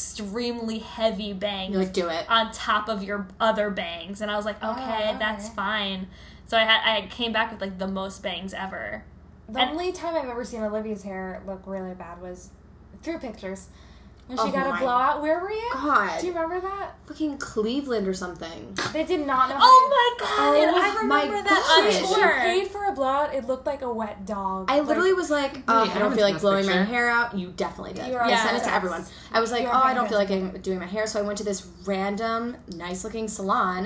Speaker 1: extremely heavy bangs
Speaker 2: You're like, do it.
Speaker 1: on top of your other bangs and i was like okay
Speaker 4: Oh,
Speaker 1: that's
Speaker 4: alright.
Speaker 1: fine so i had i came back with like the most bangs ever
Speaker 4: The
Speaker 1: And-
Speaker 4: only time I've ever seen Olivia's hair look really bad was through pictures. When she
Speaker 1: Oh
Speaker 2: Of
Speaker 4: got
Speaker 2: mine.
Speaker 4: a blowout. Where were you?
Speaker 2: God.
Speaker 4: Do you remember that?
Speaker 2: Fucking Cleveland or something.
Speaker 4: They did not know.
Speaker 1: oh my god
Speaker 2: Oh
Speaker 1: i
Speaker 2: my
Speaker 1: remember
Speaker 2: gosh.
Speaker 1: that
Speaker 4: She
Speaker 1: on tour
Speaker 4: paid for a blowout. It looked like a wet dog.
Speaker 2: I
Speaker 4: Like,
Speaker 2: literally was like, um,
Speaker 3: I
Speaker 2: I don't feel
Speaker 3: haven't seen
Speaker 2: like
Speaker 3: this
Speaker 2: blowing my
Speaker 3: picture.
Speaker 2: hair out. You definitely did.
Speaker 4: You are
Speaker 2: I
Speaker 1: Yeah.
Speaker 2: sent it to
Speaker 4: obsessed.
Speaker 2: everyone. I was like,
Speaker 4: You
Speaker 2: oh,
Speaker 4: are
Speaker 2: I don't
Speaker 4: fantastic.
Speaker 2: feel like I'm doing my hair, so I went to this random, nice looking salon.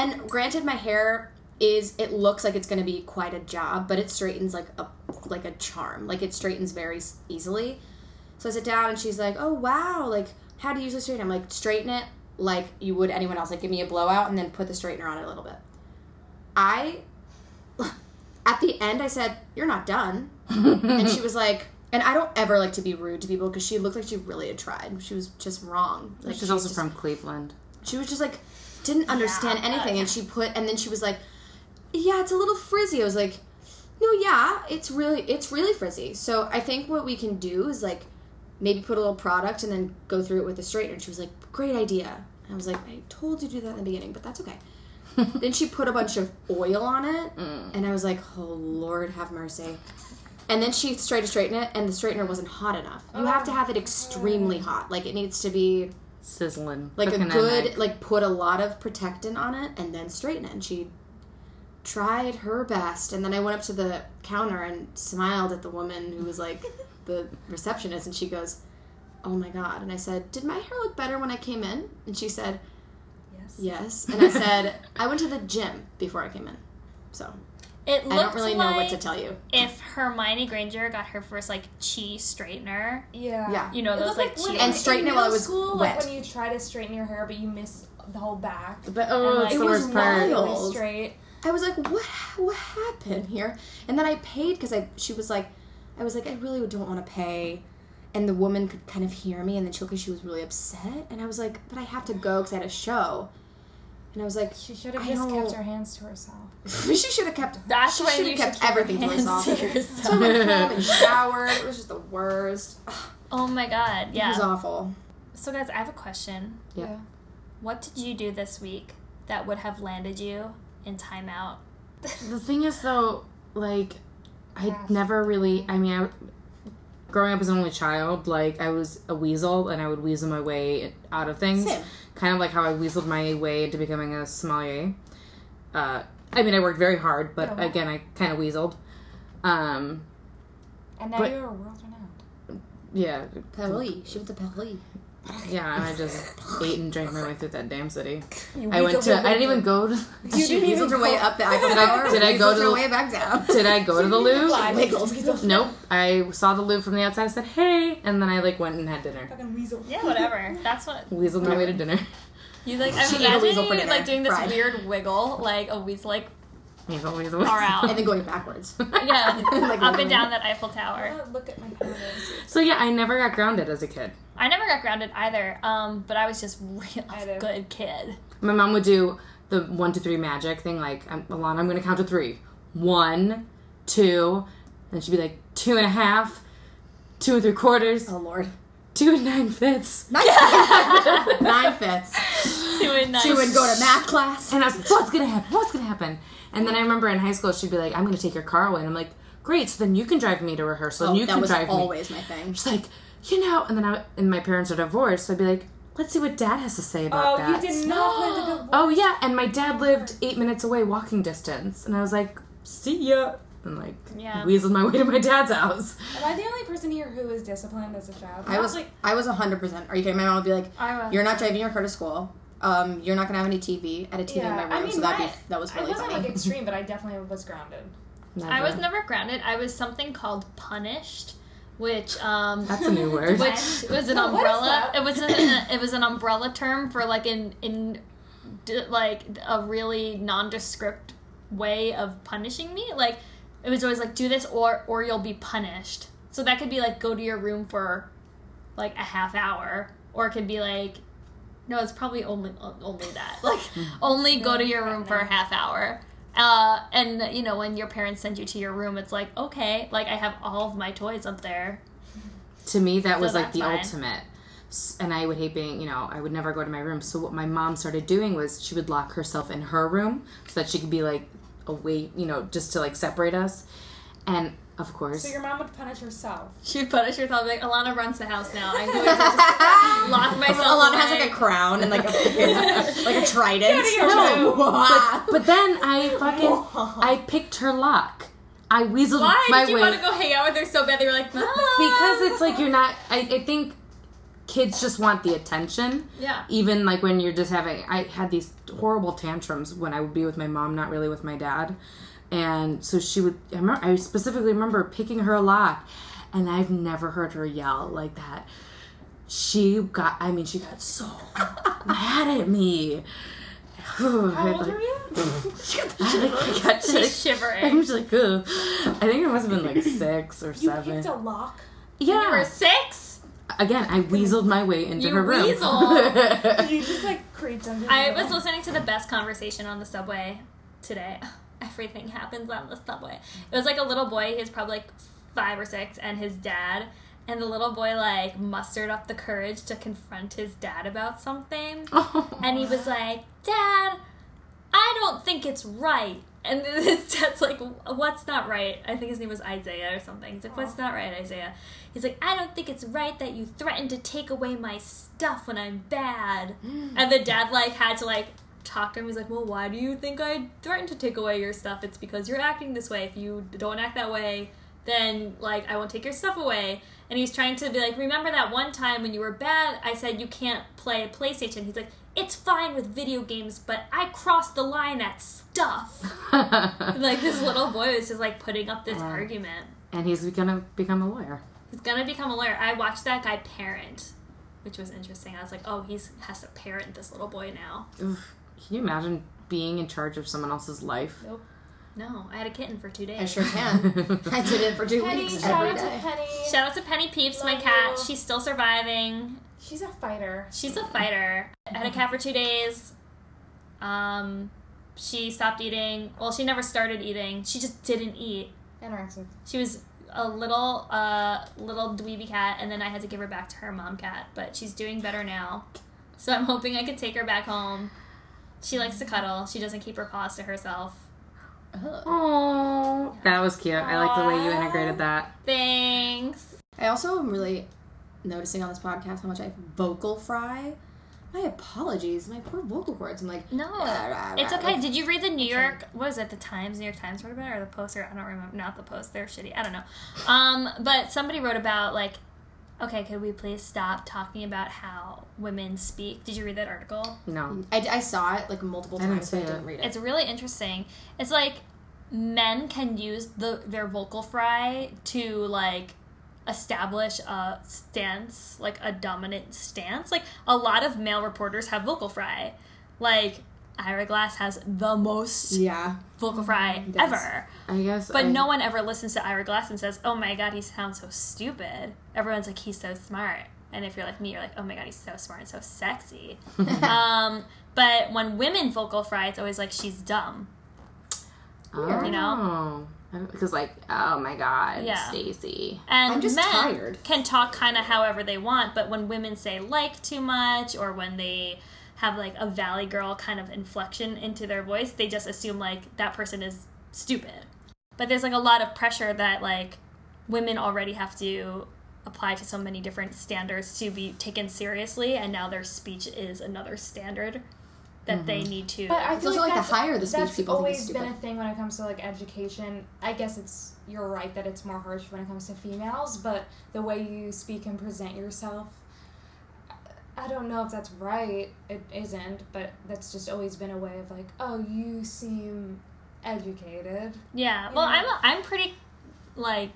Speaker 2: And granted, my hair is it looks like it's going to be quite a job, but it straightens like a like a charm. Like it straightens very s- easily. So I sit down and she's like, oh wow, like how do you usually straighten? I'm like, straighten it like you would anyone else. Like give me a blowout and then put the straightener on it a little bit. I at the end I said, You're not done. and she was like, and I don't ever like to be rude to people because she looked like she really had tried. She was just wrong. Like
Speaker 3: She's
Speaker 2: she
Speaker 3: also
Speaker 2: just-
Speaker 3: from Cleveland.
Speaker 2: She was just like didn't understand
Speaker 1: Yeah,
Speaker 2: anything, and she put and then she was like, "Yeah, it's a little frizzy." I was like, "No, yeah, it's really it's really frizzy." So I think what we can do is like maybe put a little product and then go through it with a straightener. And she was like, "Great idea." And I was like, "I told you to do that in the beginning, but that's okay." then she put a bunch of oil on it, and I was like, "Oh Lord, have mercy." And then she tried to straighten it, and the straightener wasn't hot enough. You have to have it extremely hot. Like, it needs to be
Speaker 3: Sizzling.
Speaker 2: like
Speaker 3: Cooking
Speaker 2: a
Speaker 3: that
Speaker 2: good
Speaker 3: night.
Speaker 2: like put a lot of protectant on it and then straighten it and she tried her best and then i went up to the counter and smiled at the woman who was like the receptionist and she goes oh my god and i said did my hair look better when i came in and she said
Speaker 4: Yes.
Speaker 2: yes and i said i went to the gym before i came in so
Speaker 1: it
Speaker 2: i
Speaker 1: looked
Speaker 2: don't really
Speaker 1: like
Speaker 2: know what to tell you
Speaker 1: if hermione granger got her first like chi straightener
Speaker 4: Yeah.
Speaker 2: yeah
Speaker 1: you know
Speaker 4: It
Speaker 1: those like,
Speaker 4: looked when-
Speaker 1: chi
Speaker 2: And straighten
Speaker 4: in
Speaker 2: it while it
Speaker 4: middle
Speaker 2: was
Speaker 4: school,
Speaker 2: wet.
Speaker 4: Like when you try to straighten your hair, but you miss the whole back.
Speaker 3: but oh,
Speaker 4: and,
Speaker 3: it's
Speaker 4: like,
Speaker 3: the
Speaker 2: it was
Speaker 3: worst part.
Speaker 2: wild.
Speaker 4: Really straight.
Speaker 2: I was like, what what happened here? And then I paid because I she was like, I was like, I really don't want to pay. And the woman could kind of hear me, and then she looked like she was really upset. And I was like, but I have to go because I had a show. And I was like,
Speaker 4: She should have
Speaker 2: I
Speaker 4: just
Speaker 2: don't-
Speaker 4: kept her hands to herself.
Speaker 2: she should have kept.
Speaker 1: That's
Speaker 2: she
Speaker 1: when
Speaker 2: should
Speaker 1: you
Speaker 2: have
Speaker 1: should
Speaker 2: kept
Speaker 1: keep your
Speaker 2: everything to
Speaker 1: hands
Speaker 2: herself.
Speaker 1: to
Speaker 2: So I
Speaker 1: yourself.
Speaker 2: went home and showered. It was just the worst.
Speaker 1: oh my god
Speaker 2: It was
Speaker 1: yeah
Speaker 2: awful.
Speaker 1: so guys i have a question
Speaker 3: Yeah.
Speaker 1: what did you do this week that would have landed you in timeout
Speaker 3: The thing is, though, like, I
Speaker 4: Yes.
Speaker 3: never really. I mean, I, growing up as an only child, like, I was a weasel and I would weasel my way out of things.
Speaker 2: Same.
Speaker 3: Kind of like how I weaseled my way into becoming a sommelier. Uh, I mean, I worked very hard, but
Speaker 4: Oh.
Speaker 3: again, I kind of weaseled. Um,
Speaker 4: And now
Speaker 3: But-
Speaker 4: you're a world renowned.
Speaker 3: yeah,
Speaker 2: Paris. She went to Paris.
Speaker 3: yeah, and I just ate and drank my way through that damn city.
Speaker 4: You
Speaker 3: I went
Speaker 4: weaseled
Speaker 3: to.
Speaker 4: your
Speaker 3: I didn't
Speaker 4: way
Speaker 3: even go to.
Speaker 4: You
Speaker 2: she
Speaker 4: didn't
Speaker 2: weaseled
Speaker 4: even
Speaker 2: her way
Speaker 4: go-
Speaker 2: up the Eiffel Tower.
Speaker 3: Did I go
Speaker 2: weaseled
Speaker 3: to
Speaker 2: her
Speaker 3: the-
Speaker 2: way back down?
Speaker 3: Did I go to the
Speaker 4: Fly,
Speaker 3: Louvre?
Speaker 4: weasel, weasel.
Speaker 3: Nope. I saw the Louvre from the outside. I said, "Hey," and then I like went and had dinner.
Speaker 4: Fucking weasel.
Speaker 1: yeah whatever that's what
Speaker 3: Weaseled my way to dinner.
Speaker 1: You like I'm
Speaker 2: She ate a
Speaker 1: imagining
Speaker 2: weasel for
Speaker 1: you,
Speaker 2: dinner,
Speaker 1: like doing this
Speaker 2: fried.
Speaker 1: weird wiggle, like a weasel, like
Speaker 3: Weasel, weasel, weasel.
Speaker 1: far out,
Speaker 2: And then going backwards.
Speaker 1: yeah,
Speaker 2: Like
Speaker 1: up
Speaker 2: rolling.
Speaker 1: and down that Eiffel Tower.
Speaker 4: Oh, Look at my corners.
Speaker 3: So yeah, I never got grounded as a kid.
Speaker 1: I never got grounded either, um, but I was just real
Speaker 4: I
Speaker 1: a
Speaker 4: did.
Speaker 1: good kid.
Speaker 3: My mom would do the one to three magic thing, like I'm, Alana, I'm going to count to three. One, two, and she'd be like two and a half, two and three quarters,
Speaker 2: Oh lord.
Speaker 3: two and nine fifths.
Speaker 2: Nine fifths.
Speaker 1: Two and nine.
Speaker 2: She would go to math class.
Speaker 3: And I was like, what's going to happen? What's going to happen? And then I remember in high school, she'd be like, I'm going to take your car away. And I'm like, great. So then you can drive me to rehearsal.
Speaker 2: Oh,
Speaker 3: and you
Speaker 2: that
Speaker 3: can
Speaker 2: was
Speaker 3: drive me.
Speaker 2: always my thing.
Speaker 3: She's like, you know, and then I and my parents are divorced, so I'd be like, let's see what dad has to say about
Speaker 4: Oh,
Speaker 3: that.
Speaker 4: you did not play the good
Speaker 3: Oh yeah, and my dad lived eight minutes away, walking distance, and I was like, see ya, and like
Speaker 1: Yeah.
Speaker 3: weaseled my way to my dad's house.
Speaker 4: Am I the only person here who was disciplined as a child?
Speaker 2: I
Speaker 4: Not
Speaker 2: was
Speaker 4: like
Speaker 2: I was hundred percent. Are you kidding? My mom would be like,
Speaker 1: I was.
Speaker 2: "You're not driving your car to school. Um, you're not gonna have any TV at a TV in my room."
Speaker 4: I mean,
Speaker 2: so that
Speaker 4: my-
Speaker 2: that was
Speaker 4: I
Speaker 2: really
Speaker 4: wasn't
Speaker 2: funny.
Speaker 4: like extreme, but I definitely was grounded.
Speaker 3: Never.
Speaker 1: I was never grounded. I was something called punished, which um,
Speaker 3: That's a new word.
Speaker 1: which was an
Speaker 4: No, what is
Speaker 1: umbrella.
Speaker 4: that?
Speaker 1: It was an, uh, it was an umbrella term for like an in d- like a really nondescript way of punishing me. Like it was always like do this or or you'll be punished. So that could be like go to your room for like a half hour, or it could be like no, it's probably only only that like only go to
Speaker 4: Oh,
Speaker 1: your room for a half hour. Uh, and you know when your parents send you to your room, it's like okay, like I have all of my toys up there.
Speaker 3: to me that was like
Speaker 1: that's
Speaker 3: the
Speaker 1: mine.
Speaker 3: ultimate S- and i would hate being you know i would never go to my room so what my mom started doing was she would lock herself in her room so that she could be like away you know just to like separate us and of course
Speaker 4: So your mom would punish herself.
Speaker 1: She punished herself like Alana runs the house now. I'm going to just lock myself.
Speaker 2: Alana has
Speaker 1: away.
Speaker 2: like a crown and like a freaking- like a trident.
Speaker 4: No.
Speaker 2: Wow.
Speaker 3: but then i fucking i picked her lock i weaseled
Speaker 1: Why
Speaker 3: my
Speaker 1: did you
Speaker 3: way
Speaker 1: want to go hang out with her so bad? They were like, "Mom."
Speaker 3: because it's like you're not I, I think kids just want the attention
Speaker 1: Yeah.
Speaker 3: even like when you're just having i had these horrible tantrums when i would be with my mom not really with my dad and so she would i, remember, I specifically remember picking her lock and i've never heard her yell like that she got i mean she got so mad at me
Speaker 4: How old were you?
Speaker 3: I got to,
Speaker 1: She's shivering.
Speaker 3: I'm just like, Ugh. I think it must have been like six or
Speaker 4: You
Speaker 3: seven.
Speaker 4: picked a lock.
Speaker 3: yeah,
Speaker 1: You were six.
Speaker 3: Again, I weaseled my way into
Speaker 1: You
Speaker 3: her room.
Speaker 1: weaseled.
Speaker 4: You just like creeped under. the
Speaker 1: I was
Speaker 4: door.
Speaker 1: listening to the best conversation on the subway today. Everything happens on the subway. It was like a little boy. He was probably like five or six, and his dad. And the little boy like mustered up the courage to confront his dad about something.
Speaker 3: Oh.
Speaker 1: And he was like, Dad, I don't think it's right. And then his dad's like, What's not right? I think his name was Isaiah or something. He's like, What's not right, Isaiah? He's like, I don't think it's right that you threatened to take away my stuff when I'm bad. and the dad, like, had to, like, talk to him. He's like, Well, why do you think I threatened to take away your stuff? It's because you're acting this way. If you don't act that way, then like I won't take your stuff away. And he's trying to be like, remember that one time when you were bad? I said you can't play PlayStation. He's like, it's fine with video games, but I crossed the line at stuff. And, like this little boy was just like putting up this argument.
Speaker 3: and he's gonna become a lawyer.
Speaker 1: He's gonna become a lawyer. I watched that guy parent, which was interesting. I was like, oh, he's has to parent this little boy now.
Speaker 3: Oof. Can you imagine being in charge of someone else's life?
Speaker 1: No, I had a kitten for two days.
Speaker 2: I sure can. I did it for two
Speaker 4: Penny,
Speaker 2: weeks
Speaker 4: shout
Speaker 2: every
Speaker 4: out to
Speaker 2: day.
Speaker 4: Penny.
Speaker 1: Shout out to Penny Peeps, my
Speaker 4: Love
Speaker 1: cat.
Speaker 4: you.
Speaker 1: She's still surviving.
Speaker 4: She's a fighter.
Speaker 1: She's a fighter. I had a cat for two days. Um, she stopped eating. Well, she never started eating. She just didn't eat.
Speaker 4: Anorexic.
Speaker 1: She was a little, uh, little dweeby cat, and then I had to give her back to her mom cat. But she's doing better now, so I'm hoping I could take her back home. She likes to cuddle. She doesn't keep her paws to herself.
Speaker 2: Ugh.
Speaker 3: Oh, that was cute. I like the way you integrated that.
Speaker 1: Thanks.
Speaker 2: I also am really noticing on this podcast how much I vocal fry. My apologies, my poor vocal cords. I'm like,
Speaker 1: No, it's
Speaker 2: like,
Speaker 1: okay. Did you read the New York? What was it? The Times, New York Times wrote about it, or the Post, or I don't remember. Not the Post. They're shitty. I don't know. Um, but somebody wrote about like, okay, could we please stop talking about how women speak? Did you read that article?
Speaker 3: No.
Speaker 2: I, I saw it like multiple
Speaker 3: I didn't
Speaker 2: times, but I
Speaker 3: see
Speaker 2: didn't
Speaker 3: it.
Speaker 2: read it.
Speaker 1: It's really interesting. It's like men can use the their vocal fry to like establish a stance, like a dominant stance. Like a lot of male reporters have vocal fry, like. Ira Glass has the most
Speaker 2: yeah.
Speaker 1: vocal fry
Speaker 2: does.
Speaker 1: ever.
Speaker 3: I guess.
Speaker 1: But
Speaker 3: I,
Speaker 1: no one ever listens to Ira Glass and says, "Oh my god, he sounds so stupid." Everyone's like, "He's so smart." And if you're like me, you're like, "Oh my god, he's so smart and so sexy." um, but when women vocal fry, it's always like she's dumb.
Speaker 3: Oh.
Speaker 1: you
Speaker 3: Because like, oh my god,
Speaker 1: Yeah.
Speaker 3: Stacy.
Speaker 1: And
Speaker 2: I'm just
Speaker 1: men
Speaker 2: tired.
Speaker 1: can talk kind of however they want, but when women say like too much or when they have like a valley girl kind of inflection into their voice, they just assume like that person is stupid. But there's like a lot of pressure that like women already have to apply to so many different standards to be taken seriously, and now their speech is another standard that they
Speaker 2: Mm-hmm.
Speaker 1: need to.
Speaker 4: But I
Speaker 2: It's
Speaker 4: feel
Speaker 2: also, like, the
Speaker 4: that's-
Speaker 2: higher the speech
Speaker 4: that's
Speaker 2: people think
Speaker 4: always
Speaker 2: is
Speaker 4: been a
Speaker 2: stupid.
Speaker 4: thing when it comes to like education. I guess it's you're right that it's more harsh when it comes to females, but the way you speak and present yourself, I I don't know if that's right. It isn't, but that's just always been a way of like, oh, you seem educated.
Speaker 1: Yeah. Well,
Speaker 4: Yeah.
Speaker 1: I'm I'm pretty like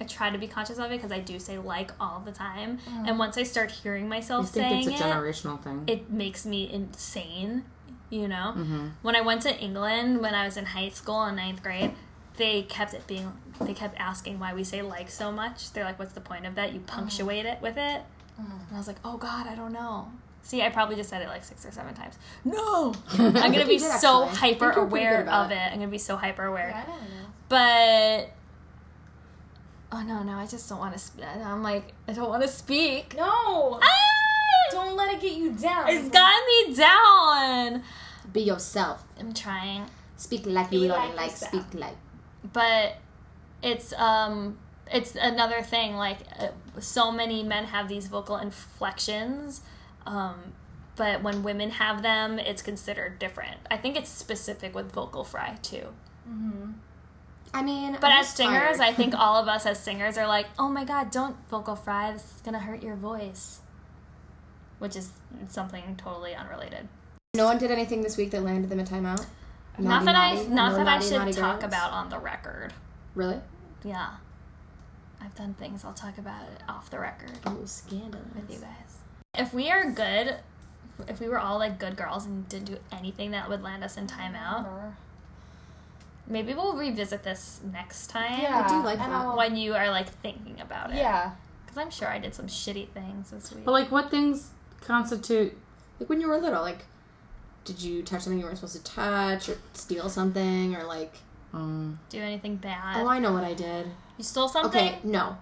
Speaker 1: I try to be conscious of it because I do say like all the time. And once I start hearing
Speaker 3: I
Speaker 1: myself
Speaker 3: think it's
Speaker 1: saying
Speaker 3: a
Speaker 1: it,
Speaker 3: generational thing.
Speaker 1: it makes me insane. You know, when I went to England when I was in high school in ninth grade, they kept it being they kept asking why we say like so much. They're like, "What's the point of that? You punctuate it with it." And I was like, "Oh God, I don't know." See, I probably just said it like six or seven times. No, I'm gonna be
Speaker 2: You did,
Speaker 1: so
Speaker 2: actually. I think
Speaker 1: hyper
Speaker 2: you're pretty good
Speaker 1: aware
Speaker 2: about
Speaker 1: of it.
Speaker 2: it.
Speaker 1: I'm gonna be so hyper aware.
Speaker 4: I don't know.
Speaker 1: But oh no, no, I just don't want to. Sp- I'm like, I don't want to speak.
Speaker 4: No!
Speaker 1: Ah!
Speaker 4: Don't let it get you down.
Speaker 1: It's got me down.
Speaker 2: Be yourself.
Speaker 1: I'm trying,
Speaker 2: Speak like
Speaker 4: Be
Speaker 2: you
Speaker 4: like
Speaker 2: don't like.
Speaker 4: yourself.
Speaker 2: Speak like.
Speaker 1: but it's um, it's another thing. Like, uh, so many men have these vocal inflections, um, but when women have them, it's considered different. I think it's specific with vocal fry too.
Speaker 4: Mm-hmm.
Speaker 2: I mean,
Speaker 1: But
Speaker 2: I'm
Speaker 1: as singers,
Speaker 2: tired.
Speaker 1: I think all of us as singers are like, oh my god, don't vocal fry. This is gonna hurt your voice, which is something totally unrelated.
Speaker 2: no one did anything this week that landed them a timeout.
Speaker 1: not that
Speaker 2: Naughty, naughty.
Speaker 1: I, not
Speaker 2: No
Speaker 1: that
Speaker 2: naughty,
Speaker 1: I should
Speaker 2: naughty
Speaker 1: talk
Speaker 2: girls.
Speaker 1: about on the record.
Speaker 2: Really?
Speaker 1: Yeah, I've done things. I'll talk about it off the record
Speaker 2: Oh, scandal.
Speaker 1: with you guys. If we are good, if we were all like good girls and didn't do anything that would land us in timeout, maybe we'll revisit this next time
Speaker 4: Yeah.
Speaker 2: I do like
Speaker 4: and
Speaker 2: that.
Speaker 4: I'll-
Speaker 1: when you are like thinking about it.
Speaker 4: Yeah.
Speaker 1: Because I'm sure I did some shitty things this week.
Speaker 3: but like, what things constitute?
Speaker 2: Like when you were little, like, did you touch something you weren't supposed to touch, or steal something, or like?
Speaker 3: Um,
Speaker 1: Do anything bad.
Speaker 2: Oh, I know what I did.
Speaker 1: you stole something?
Speaker 2: Okay, no.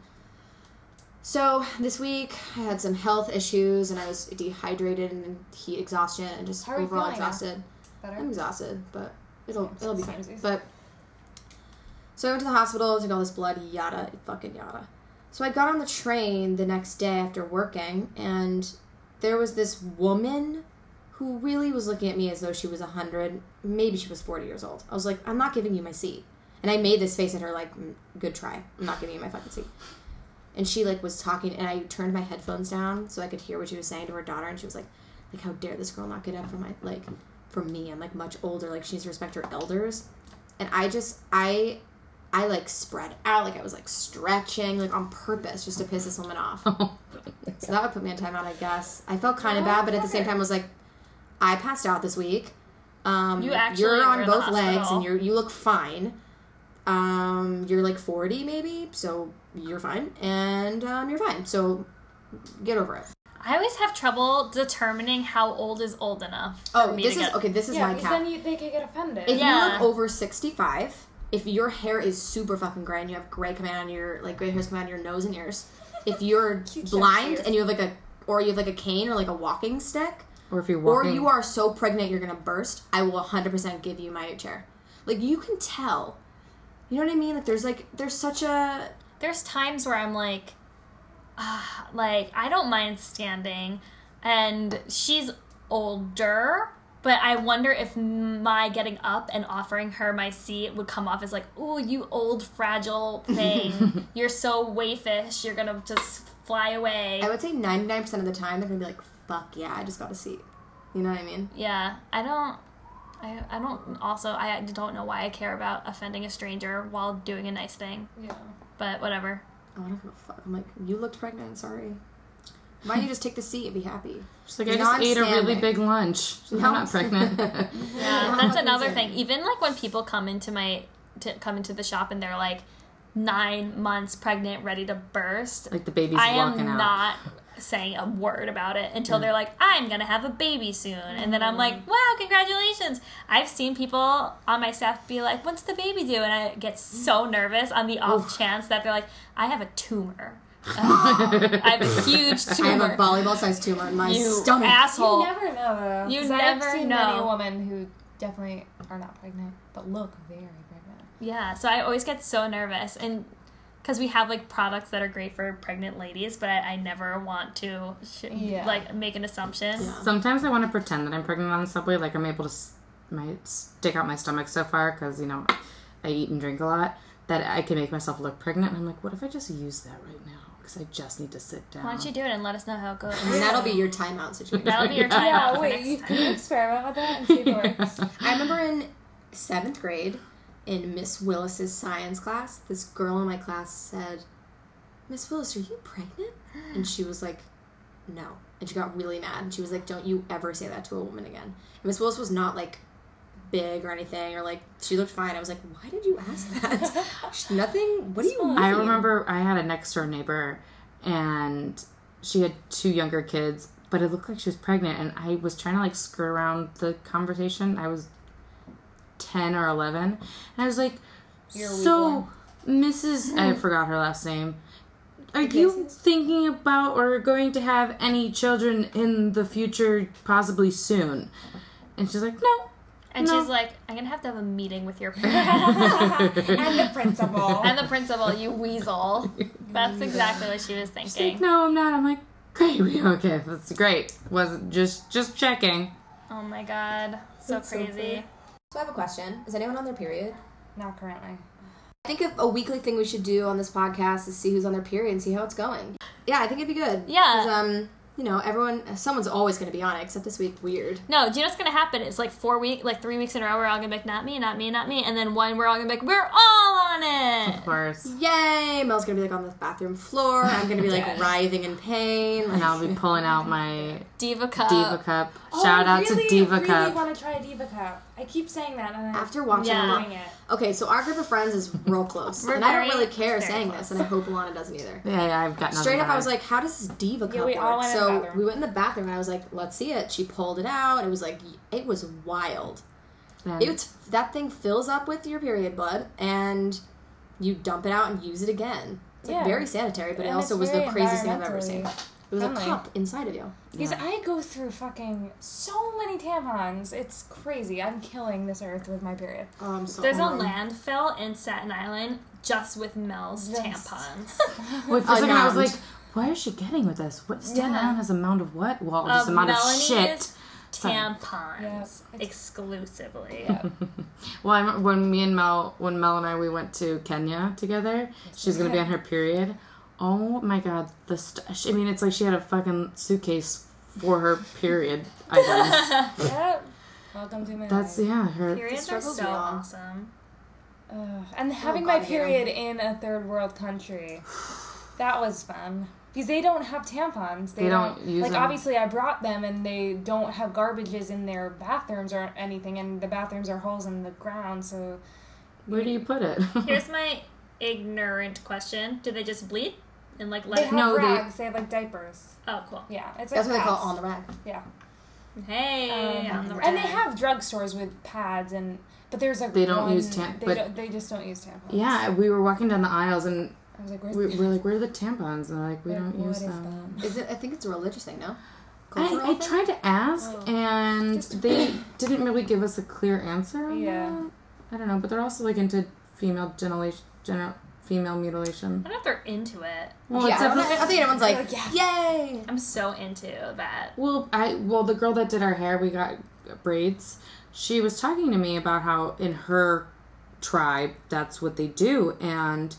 Speaker 2: So this week I had some health issues and I was dehydrated and heat exhaustion and just
Speaker 4: How are you
Speaker 2: overall
Speaker 4: feeling now?
Speaker 2: exhausted. I'm
Speaker 4: Better.
Speaker 2: exhausted, but it'll it'll be fine.
Speaker 4: Samesies.
Speaker 2: But so I went to the hospital, took all this blood, yada, fucking yada. So I got on the train the next day after working, and there was this woman who really was looking at me as though she was 100, maybe she was 40 years old. I was like, I'm not giving you my seat. And I made this face at her, like, "Mm, good try. I'm not giving you my fucking seat. And she, like, was talking, and I turned my headphones down so I could hear what she was saying to her daughter, and she was like, like, how dare this girl not get up for my, like, for me. I'm, like, much older. Like, she needs to respect her elders. And I just, I, I, like, spread out. Like, I was, like, stretching, like, on purpose just to piss this woman off. So that would put me on timeout, I guess. I felt kind of bad, but at the same time, I was like, I passed out this week. Um,
Speaker 1: You actually
Speaker 2: you're
Speaker 1: were
Speaker 2: on
Speaker 1: in the
Speaker 2: both legs,
Speaker 1: hospital.
Speaker 2: and you're you look fine. Um, you're like 40 maybe, so you're fine, and um, you're fine. So get over it.
Speaker 1: I always have trouble determining how old is old enough. for
Speaker 2: Oh,
Speaker 1: me
Speaker 2: this
Speaker 1: to
Speaker 2: is
Speaker 1: get-
Speaker 2: okay. This is
Speaker 4: Yeah,
Speaker 2: my
Speaker 4: because
Speaker 2: cat.
Speaker 4: then you, they could get offended.
Speaker 2: if you
Speaker 1: Yeah.
Speaker 2: look over 65, if your hair is super fucking gray and you have gray coming out on your like gray hairs coming out on your nose and ears, if you're blind and you have like a or you have like a cane or like a walking stick,
Speaker 3: or if you're
Speaker 2: or
Speaker 3: walking,
Speaker 2: you are so pregnant you're gonna burst, I will 100% give you my chair. Like you can tell, you know what I mean? Like there's like there's such a
Speaker 1: There's times where I'm like, ah, like, I don't mind standing, and she's older. But I wonder if my getting up and offering her my seat would come off as like, "Ooh, you old fragile thing! you're so waifish. You're gonna just fly away."
Speaker 2: I would say 99% of the time they're gonna be like, fuck yeah, I just got a seat. You know what I mean?
Speaker 1: Yeah, I don't. I, I don't also I don't know why I care about offending a stranger while doing a nice thing,
Speaker 4: yeah.
Speaker 1: but whatever.
Speaker 2: I don't give a fuck. I'm like, you looked pregnant. Sorry. Why don't you just take the seat and be happy?
Speaker 3: She's like, I just ate a really
Speaker 2: non-standing.
Speaker 3: big lunch. She's like, I'm not pregnant.
Speaker 1: Yeah, that's
Speaker 2: fucking
Speaker 1: another
Speaker 2: good.
Speaker 1: thing. Even like when people come into my to come into the shop and they're like nine months pregnant, ready to burst.
Speaker 3: like the baby's
Speaker 1: I am
Speaker 3: walking out.
Speaker 1: not saying a word about it until they're like, I'm gonna have a baby soon. And then I'm like, wow, congratulations. I've seen people on my staff be like, when's the baby due? And I get so nervous on the off chance that they're like, I have a tumor. I have a huge
Speaker 2: I have a
Speaker 1: tumor.
Speaker 2: volleyball sized tumor in my
Speaker 1: You
Speaker 2: stomach.
Speaker 1: asshole.
Speaker 4: You never know, though.
Speaker 1: You
Speaker 4: 'cause
Speaker 1: never
Speaker 4: I've seen
Speaker 1: know.
Speaker 4: many women who definitely are not pregnant, but look very pregnant.
Speaker 1: Yeah, so I always get so nervous, and because we have like products that are great for pregnant ladies, but I, I never want to sh-
Speaker 4: Yeah.
Speaker 1: like make an assumption.
Speaker 3: Sometimes I want to pretend that I'm pregnant on the subway. Like I'm able to s- my stick out my stomach so far because you know I eat and drink a lot that I can make myself look pregnant. And I'm like, what if I just use that right now? Because I just need to sit down.
Speaker 1: Why don't you do it and let us know how it goes?
Speaker 2: And that'll be your timeout situation.
Speaker 1: That'll be your time.
Speaker 4: Yeah,
Speaker 1: out
Speaker 4: wait, you
Speaker 1: next time.
Speaker 4: can experiment with that and see if it works.
Speaker 2: I remember in seventh grade in Miss Willis's science class, this girl in my class said, Miss Willis, are you pregnant? And she was like, No. And she got really mad. And she was like, Don't you ever say that to a woman again. And Miss Willis was not like big or anything, or like, she looked fine. I was like, Why did you ask that? She- Nothing? What do you mean?
Speaker 3: I remember I had a next door neighbor and she had two younger kids, but it looked like she was pregnant and I was trying to like skirt around the conversation. I was 10 or 11 and I was like,
Speaker 1: You're a Mm.
Speaker 3: "So, Mrs. I forgot her last name. Are you thinking about or going to have any children in the future possibly soon?" And she's like, "No."
Speaker 1: And
Speaker 3: No.
Speaker 1: she's like, I'm gonna have to have a meeting with your parents
Speaker 4: and the principal.
Speaker 1: and the principal, you weasel. That's exactly what she was
Speaker 3: She's like,
Speaker 1: thinking.
Speaker 3: "No, I'm not." I'm like, "Great. we- Okay, that's great." Was just just checking.
Speaker 1: Oh my god, so
Speaker 4: That's so
Speaker 1: crazy.
Speaker 2: So I have a question. Is anyone on their period?
Speaker 4: Not currently.
Speaker 2: I think of a weekly thing we should do on this podcast is see who's on their period and see how it's going. Yeah, I think it'd be good.
Speaker 1: Yeah.
Speaker 2: 'Cause, um, you know, everyone, someone's always going to be on it, except this week. Weird.
Speaker 1: No, do you know what's gonna happen? It's like four week, like three weeks in a row, we're all gonna be like, not me, not me, not me, and then one, we're all gonna be like, we're all on it.
Speaker 3: Of course.
Speaker 2: Yay! Mel's going to be like on the bathroom floor. I'm going to be like writhing in pain.
Speaker 3: And
Speaker 2: Like,
Speaker 3: I'll be pulling out my
Speaker 1: Diva cup.
Speaker 3: Diva Cup. Shout out to Diva
Speaker 4: I
Speaker 3: Cup.
Speaker 4: oh, really want to try a Diva Cup. I keep saying that, and I
Speaker 2: after watching
Speaker 1: Yeah.
Speaker 2: a
Speaker 4: doing
Speaker 2: lot.
Speaker 4: it.
Speaker 2: Okay, so our group of friends is real close.
Speaker 1: We're
Speaker 2: and I don't
Speaker 1: very-
Speaker 2: really care
Speaker 1: very
Speaker 2: saying
Speaker 1: close.
Speaker 2: this, and I hope Alana doesn't either.
Speaker 3: yeah, yeah, I've got nothing
Speaker 2: Straight up,
Speaker 3: about
Speaker 2: I was
Speaker 3: it.
Speaker 2: like, "How does this diva cup
Speaker 4: we
Speaker 2: work?"
Speaker 4: all went in the
Speaker 2: so
Speaker 4: bathroom.
Speaker 2: we went in the bathroom, and I was like, "Let's see it." She pulled it out. It was like it was wild.
Speaker 3: And
Speaker 1: Mm.
Speaker 2: It's that thing fills up with your period blood, and you dump it out and use it again. It's like
Speaker 4: Yeah.
Speaker 2: very sanitary, but it
Speaker 4: And
Speaker 2: also
Speaker 4: it's
Speaker 2: was the
Speaker 4: very
Speaker 2: craziest thing I've ever
Speaker 4: environmentally
Speaker 2: seen. It was
Speaker 4: friendly.
Speaker 2: a cup inside of you.
Speaker 4: Because I go through fucking so many tampons. It's crazy. I'm killing this earth with my period.
Speaker 2: Oh, I'm so
Speaker 1: There's a
Speaker 2: horny.
Speaker 1: landfill in Staten Island just with Mel's tampons.
Speaker 3: wait, for a second, I was
Speaker 2: Unwound.
Speaker 3: like, "Where is she getting with this? What Staten
Speaker 1: Yeah.
Speaker 3: Island has a mound of what? Well,
Speaker 1: Of
Speaker 3: just a mound of
Speaker 1: Melanie's
Speaker 3: shit."
Speaker 1: Tampons
Speaker 4: Yep.
Speaker 1: exclusively.
Speaker 3: Well, I remember when me and Mel, when Mel and I, we went to Kenya together. She's gonna be on her period. Oh my god, the st- I mean, it's like she had a fucking suitcase for her period. I guess
Speaker 4: Yep. Welcome to my
Speaker 3: that's
Speaker 4: life.
Speaker 3: yeah. Her
Speaker 1: Periods are
Speaker 2: struggles
Speaker 1: so
Speaker 2: we all-
Speaker 1: awesome.
Speaker 4: Ugh.
Speaker 3: Oh,
Speaker 4: And having my
Speaker 2: God, yeah.
Speaker 4: period in a third world country, that was fun. Because they don't have tampons. They,
Speaker 3: They don't use
Speaker 4: like
Speaker 3: them.
Speaker 4: obviously I brought them and they don't have garbages in their bathrooms or anything and the bathrooms are holes in the ground so
Speaker 3: where do you put it?
Speaker 1: Here's my ignorant question: Do they just bleed and like
Speaker 4: they
Speaker 1: let?
Speaker 4: have
Speaker 3: No, they-
Speaker 4: rags, they... have like diapers.
Speaker 1: Oh, cool.
Speaker 4: Yeah. It's like
Speaker 2: That's what they call
Speaker 4: pads.
Speaker 2: it on the rack.
Speaker 4: Yeah.
Speaker 1: Hey,
Speaker 4: Um,
Speaker 1: on the
Speaker 4: and they
Speaker 1: rag.
Speaker 4: have drugstores with pads and but there's like
Speaker 3: They don't
Speaker 4: one-
Speaker 3: use tam-
Speaker 4: they,
Speaker 3: but-
Speaker 4: don't, they just don't use tampons.
Speaker 3: yeah, we were walking down the aisles and
Speaker 4: I was like, where's
Speaker 3: we, we're like, "Where are the tampons?" And they're like, "We
Speaker 4: like,
Speaker 3: don't
Speaker 4: what
Speaker 3: use
Speaker 4: is
Speaker 3: them."
Speaker 4: that?
Speaker 2: Is it? I think it's a religious thing, no? Cultural
Speaker 3: I, I
Speaker 2: thing?
Speaker 3: tried to ask,
Speaker 1: Oh.
Speaker 3: and
Speaker 4: Just-
Speaker 3: they didn't really give us a clear answer. On
Speaker 4: Yeah.
Speaker 3: that. I don't know, but they're also like into female gentilation, general female mutilation.
Speaker 1: I don't know if they're into it.
Speaker 3: Well,
Speaker 2: yeah,
Speaker 3: it's
Speaker 2: I don't know.
Speaker 3: definitely. Oh,
Speaker 2: I think everyone's like,
Speaker 4: Like,
Speaker 2: "Yay!"
Speaker 1: I'm so into that.
Speaker 3: Well, I well the girl that did our hair, we got braids. She was talking to me about how in her tribe that's what they do, and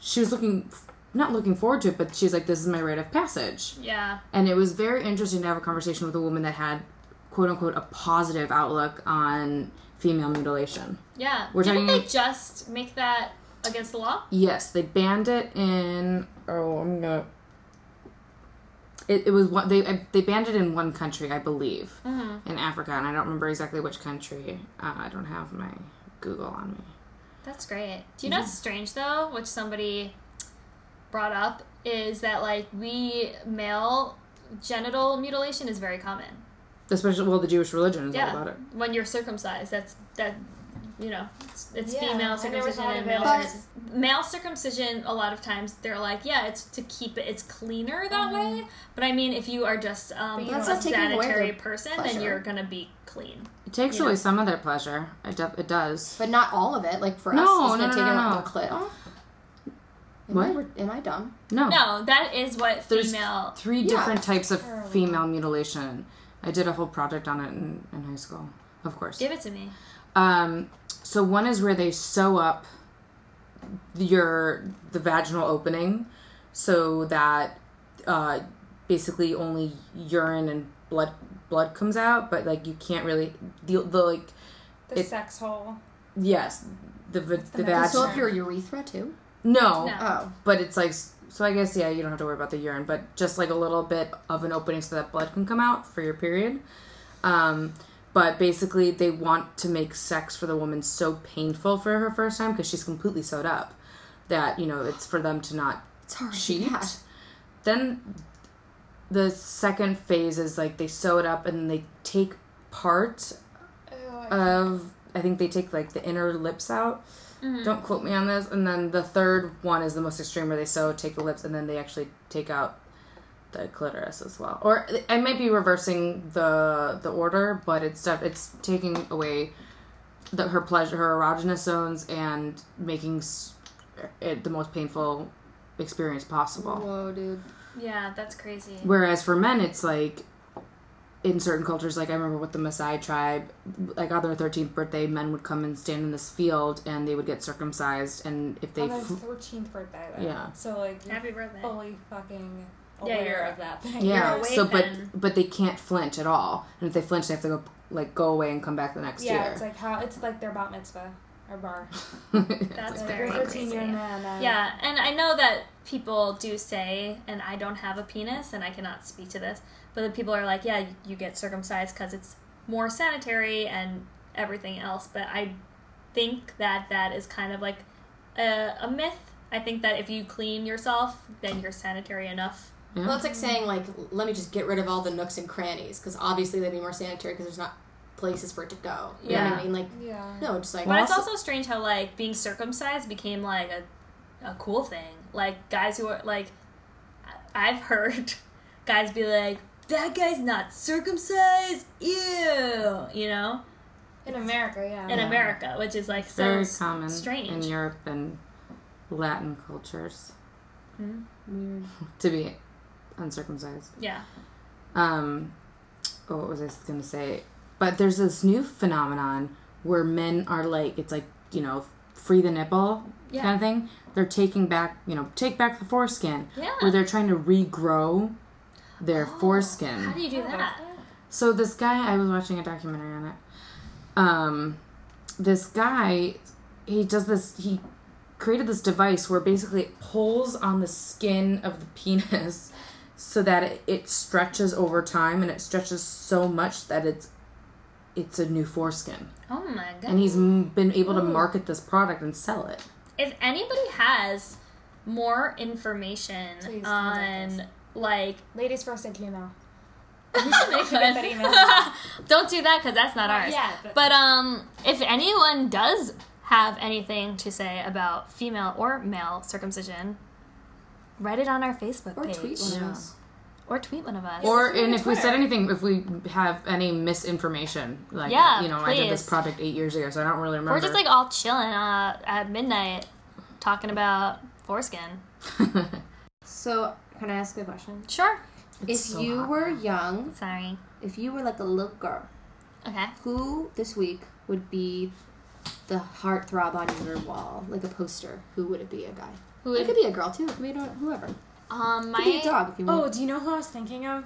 Speaker 3: she was looking not looking forward to it, but she's like, "This is my rite of passage."
Speaker 1: Yeah.
Speaker 3: and it was very interesting to have a conversation with a woman that had quote unquote a positive outlook on female mutilation
Speaker 1: Yeah.
Speaker 3: We're
Speaker 1: Didn't
Speaker 3: talking-
Speaker 1: they just make that against the law?
Speaker 3: yes they banned it in oh i'm gonna it, it was one they they banned it in one country i believe
Speaker 1: Mm-hmm.
Speaker 3: in africa and i don't remember exactly which country uh, i don't have my google on me
Speaker 1: That's great. Do you know
Speaker 3: Mm-hmm.
Speaker 1: what's strange though, which somebody brought up, is that like we male genital mutilation is very common.
Speaker 3: especially well the jewish religion is
Speaker 1: yeah.
Speaker 3: all about it
Speaker 1: When you're circumcised, that's that. You know, it's, it's
Speaker 4: Yeah, I
Speaker 1: female
Speaker 4: never
Speaker 1: circumcision
Speaker 4: thought
Speaker 1: and
Speaker 4: of
Speaker 1: male
Speaker 4: it.
Speaker 1: circumcision. Male circumcision, a lot of times they're like, yeah, it's to keep it, it's cleaner that way. But I mean, if you are just um,
Speaker 2: But that's
Speaker 1: a
Speaker 2: not taking away their
Speaker 1: sanitary person,
Speaker 2: pleasure.
Speaker 1: then you're gonna be clean.
Speaker 3: it takes
Speaker 1: Yeah.
Speaker 3: away some of their pleasure it, def- it does
Speaker 2: But not all of it. Like for
Speaker 3: No,
Speaker 2: us, it's
Speaker 3: no,
Speaker 2: gonna
Speaker 3: no,
Speaker 2: take
Speaker 3: no,
Speaker 2: out
Speaker 3: no.
Speaker 2: the clit off. Am
Speaker 3: What?
Speaker 2: I, re- am I dumb?
Speaker 1: No, that is what
Speaker 3: Oh. There's
Speaker 1: female.
Speaker 3: three
Speaker 2: Yeah,
Speaker 3: different types of
Speaker 4: terrible.
Speaker 3: female mutilation. I did a whole project on it in, in high school, of course.
Speaker 1: Give it to me.
Speaker 3: Um, so one is where they sew up your the vaginal opening so that uh, basically only urine and blood blood comes out, but like you can't really the, the like
Speaker 4: The
Speaker 3: It-
Speaker 4: sex hole.
Speaker 3: yes the the, the
Speaker 4: metaphor?
Speaker 2: So
Speaker 3: vagina
Speaker 2: if your urethra too.
Speaker 3: no,
Speaker 1: No.
Speaker 2: Oh,
Speaker 3: but it's like s- So I guess yeah, you don't have to worry about the urine, but just like a little bit of an opening so that blood can come out for your period. Um, but basically, they want to make sex for the woman so painful for her first time because she's completely sewed up that you know it's for them to not cheat. Then the second phase is like they sew it up and they take part of I think they take like the inner lips out. Don't quote me on this. And then the third one is the most extreme where they sew, take the lips, and then they actually take out the clitoris as well. Or I might be reversing the the order, but it's def- it's taking away the, her pleasure, her erogenous zones, and making s- it the most painful experience possible.
Speaker 2: Whoa, dude.
Speaker 1: Yeah, that's crazy.
Speaker 3: Whereas for men, it's like in certain cultures, like I remember with the Maasai tribe, like on their 13th birthday, men would come and stand in this field and they would get circumcised. And if they.
Speaker 4: on their
Speaker 3: fl-
Speaker 4: thirteenth birthday. Though.
Speaker 3: Yeah.
Speaker 4: So like you're
Speaker 1: Happy birthday.
Speaker 4: fully fucking
Speaker 1: Yeah,
Speaker 4: aware
Speaker 1: you're-
Speaker 4: of that thing.
Speaker 3: yeah,
Speaker 1: You're away
Speaker 3: so but
Speaker 1: then.
Speaker 3: but they can't flinch at all. And if they flinch, they have to go like go away and come back the next
Speaker 4: Yeah,
Speaker 3: year.
Speaker 4: it's like how it's like their bat mitzvah or bar.
Speaker 1: That's
Speaker 4: Like,
Speaker 1: very
Speaker 4: you're thirteen, you're a
Speaker 1: crazy.
Speaker 4: man. uh,
Speaker 1: Yeah, and I know that people do say, and I don't have a penis, and I cannot speak to this, but the people are like, yeah, you, you get circumcised because it's more sanitary and everything else. But I think that that is kind of like a, a myth. I think that if you clean yourself, then you're sanitary enough.
Speaker 5: Well, it's like saying like, let me just get rid of all the nooks and crannies because obviously they'd be more sanitary because there's not places for it to go. You know what
Speaker 1: Yeah.
Speaker 5: I mean? Like,
Speaker 4: Yeah.
Speaker 5: no, just like
Speaker 1: But it's
Speaker 3: also-
Speaker 1: also strange how like being circumcised became like a, a cool thing. Like guys who are like, I- I've heard guys be like, "That guy's not circumcised." Ew, you know,
Speaker 4: In America, yeah.
Speaker 1: in America, which is like so
Speaker 3: very
Speaker 1: s-
Speaker 3: common in
Speaker 1: strange.
Speaker 3: Europe and Latin cultures
Speaker 1: Hmm,
Speaker 3: to be uncircumcised.
Speaker 1: yeah,
Speaker 3: um oh, what was i going to say but there's this new phenomenon where men are like it's like you know free the nipple
Speaker 1: Yeah.
Speaker 3: kind of thing they're taking back you know take back the foreskin
Speaker 1: Yeah. Oh,
Speaker 3: where they're trying to regrow their foreskin
Speaker 1: how do you do that?
Speaker 3: so this guy, I was watching a documentary on it. Um, this guy, he does this. He created this device where basically it pulls on the skin of the penis, so that it, it stretches over time, and it stretches so much that it's it's a new foreskin.
Speaker 1: Oh my god!
Speaker 3: And he's m- been able
Speaker 1: Oh.
Speaker 3: to market this product and sell it.
Speaker 1: if anybody has more information
Speaker 4: Please contact
Speaker 1: on like
Speaker 4: Ladies first, I do know.
Speaker 1: Don't do that because that's not ours.
Speaker 4: yeah,
Speaker 1: But,
Speaker 4: but-
Speaker 1: um, if anyone does have anything to say about female or male circumcision, write it on our Facebook
Speaker 2: Or
Speaker 1: page
Speaker 2: tweet one of us.
Speaker 1: or tweet one of us.
Speaker 3: Or and if we said anything, if we have any misinformation, like
Speaker 1: Yeah,
Speaker 3: you know, I did this
Speaker 1: please.
Speaker 3: project eight years ago, so I don't really remember.
Speaker 1: we're just like all chilling uh, at midnight talking about foreskin.
Speaker 2: So, can I ask a question?
Speaker 1: Sure.
Speaker 2: if
Speaker 3: so
Speaker 2: you
Speaker 3: hot.
Speaker 2: were young,
Speaker 1: Sorry.
Speaker 2: if you were like a little girl,
Speaker 1: Okay.
Speaker 2: who this week would be the heartthrob on your wall, like a poster? Who would it be? A guy.
Speaker 1: Who
Speaker 2: It
Speaker 1: would
Speaker 2: could be a girl too. It could be a- whoever. It
Speaker 1: um
Speaker 2: could be a
Speaker 1: my
Speaker 2: dog
Speaker 3: Mm.
Speaker 2: if you want.
Speaker 4: Oh, do you know who I was thinking of?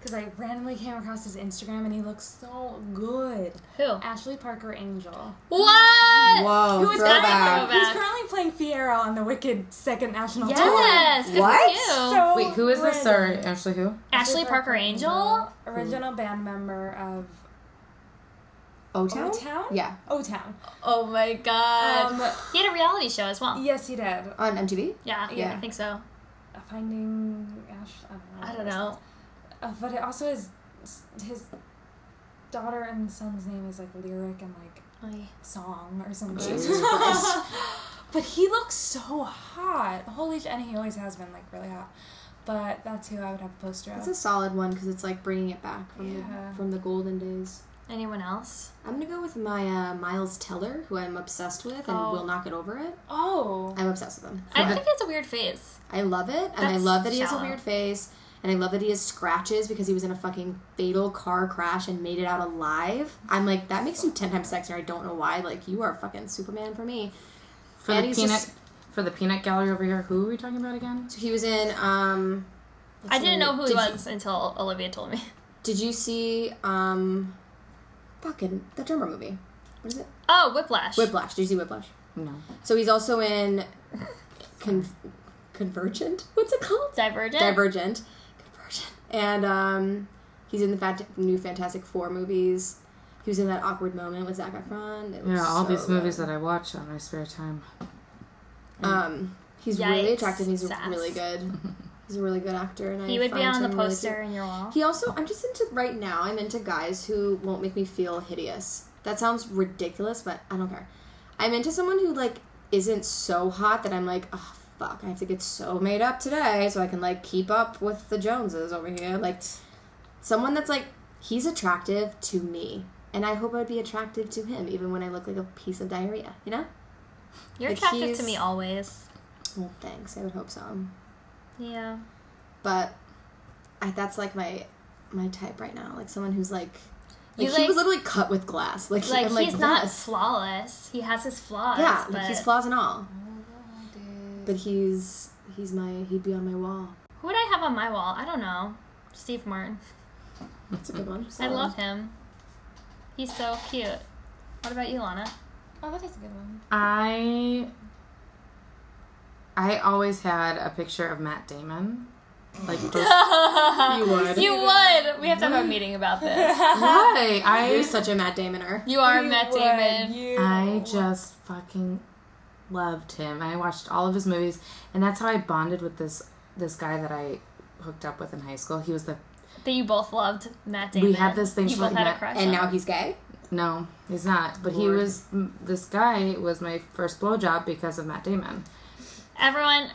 Speaker 4: Because I randomly came across his Instagram and he looks so good.
Speaker 1: who?
Speaker 4: Ashley Parker Angel.
Speaker 1: What?
Speaker 3: Oh,
Speaker 2: Whoa,
Speaker 4: Who is
Speaker 1: throwback.
Speaker 4: currently, who's currently playing Fiera on the Wicked Second National Tour.
Speaker 1: Yes. Good
Speaker 2: What?
Speaker 1: For you.
Speaker 2: Oh,
Speaker 4: So
Speaker 3: Wait, who is this?
Speaker 4: good.
Speaker 3: Sorry, Ashley, who?
Speaker 1: Ashley Parker Angel.
Speaker 4: original band member of
Speaker 2: O Town?
Speaker 4: O-Town?
Speaker 2: Yeah,
Speaker 4: O Town.
Speaker 1: Oh my god.
Speaker 4: Um,
Speaker 1: he had a reality show as well.
Speaker 4: yes, he did.
Speaker 2: on MTV.
Speaker 1: Yeah,
Speaker 2: Yeah.
Speaker 1: I think so.
Speaker 4: Finding Ash. I don't know.
Speaker 1: I don't know.
Speaker 4: Uh, but it also his his daughter and son's name is like lyric and like song or something. but he looks so hot. Holy sh- and he always has been like really hot. But that's who I would have a poster
Speaker 2: That's
Speaker 4: of.
Speaker 2: a solid one because it's like bringing it back from
Speaker 4: Yeah.
Speaker 2: the, from the golden days.
Speaker 1: Anyone else?
Speaker 2: I'm gonna go with my uh, Miles Teller, who I'm obsessed with and
Speaker 1: Oh.
Speaker 2: will not get over it.
Speaker 4: Oh,
Speaker 2: I'm obsessed with him.
Speaker 1: I think it's a weird face.
Speaker 2: I love it, and I
Speaker 1: That's
Speaker 2: love that he has
Speaker 1: shallow.
Speaker 2: a weird face, and I love that he has scratches because he was in a fucking fatal car crash and made it out alive. I'm like, that makes you ten times sexier. I don't know why. Like, you are fucking Superman for me.
Speaker 3: For
Speaker 2: And
Speaker 3: the
Speaker 2: he's
Speaker 3: peanut,
Speaker 2: just-
Speaker 3: for the peanut gallery over here. Who are we talking about again?
Speaker 2: So he was in. um...
Speaker 1: I didn't know who he
Speaker 2: did you-
Speaker 1: was until Olivia told me.
Speaker 2: Did you see um, fucking the drummer movie? What is it?
Speaker 1: Oh, Whiplash.
Speaker 2: Whiplash. Did you see Whiplash?
Speaker 3: No.
Speaker 2: So he's also in. Con- Convergent. What's it called?
Speaker 1: Divergent.
Speaker 2: Divergent. Convergent. And um, he's in the fat, new Fantastic Four movies. He was in that awkward moment with Zac Efron. It was
Speaker 3: Yeah, all
Speaker 2: so
Speaker 3: these movies
Speaker 2: good.
Speaker 3: that I watch on my spare time.
Speaker 2: Um, he's really
Speaker 1: Yikes,
Speaker 2: attractive. He's
Speaker 1: sass.
Speaker 2: really good. He's a really good actor, and I
Speaker 1: he would be
Speaker 2: find
Speaker 1: on the
Speaker 2: him really
Speaker 1: poster
Speaker 2: cute.
Speaker 1: in your wall.
Speaker 2: He also, I'm just into right now. I'm into guys who won't make me feel hideous. That sounds ridiculous, but I don't care. I'm into someone who like isn't so hot that I'm like, oh fuck, I have to get so made up today so I can like keep up with the Joneses over here. Like someone that's like, he's attractive to me, and I hope I'd be attractive to him even when I look like a piece of diarrhea. You know?
Speaker 1: You're
Speaker 2: like,
Speaker 1: attractive to
Speaker 2: he's-
Speaker 1: me always.
Speaker 2: Well, thanks. I would hope so.
Speaker 1: Yeah.
Speaker 2: but I, that's like my my type right now. Like someone who's like,
Speaker 1: You
Speaker 2: like, he
Speaker 1: like-
Speaker 2: was literally cut with glass. Like,
Speaker 1: Like
Speaker 2: I'm
Speaker 1: he's not
Speaker 2: yes.
Speaker 1: flawless. He has his flaws.
Speaker 2: Yeah,
Speaker 1: but
Speaker 2: like, he's flaws and all.
Speaker 3: Oh,
Speaker 2: But he's he's my he'd be on my wall.
Speaker 1: who would I have on my wall? I don't know. Steve Martin.
Speaker 2: That's a good one.
Speaker 1: I love him. He's so cute. What about you, Lana?
Speaker 4: Oh, that is a good one.
Speaker 3: I I always had a picture of Matt Damon. Like post-
Speaker 2: You would.
Speaker 1: You would. We have to have a meeting about this.
Speaker 3: why?
Speaker 2: You're
Speaker 3: I
Speaker 2: such a Matt Damoner.
Speaker 1: You are Matt Damon.
Speaker 3: I just fucking loved him. I watched all of his movies, and that's how I bonded with this this guy that I hooked up with in high school. He was the
Speaker 1: That you both loved Matt Damon.
Speaker 3: had this thing
Speaker 1: You
Speaker 3: for,
Speaker 1: both
Speaker 3: like,
Speaker 1: had a
Speaker 3: Matt-
Speaker 1: crush.
Speaker 2: And
Speaker 1: on
Speaker 2: now
Speaker 1: him.
Speaker 2: he's gay.
Speaker 3: no, he's not. But he was this guy was my first blowjob because of Matt Damon.
Speaker 1: everyone.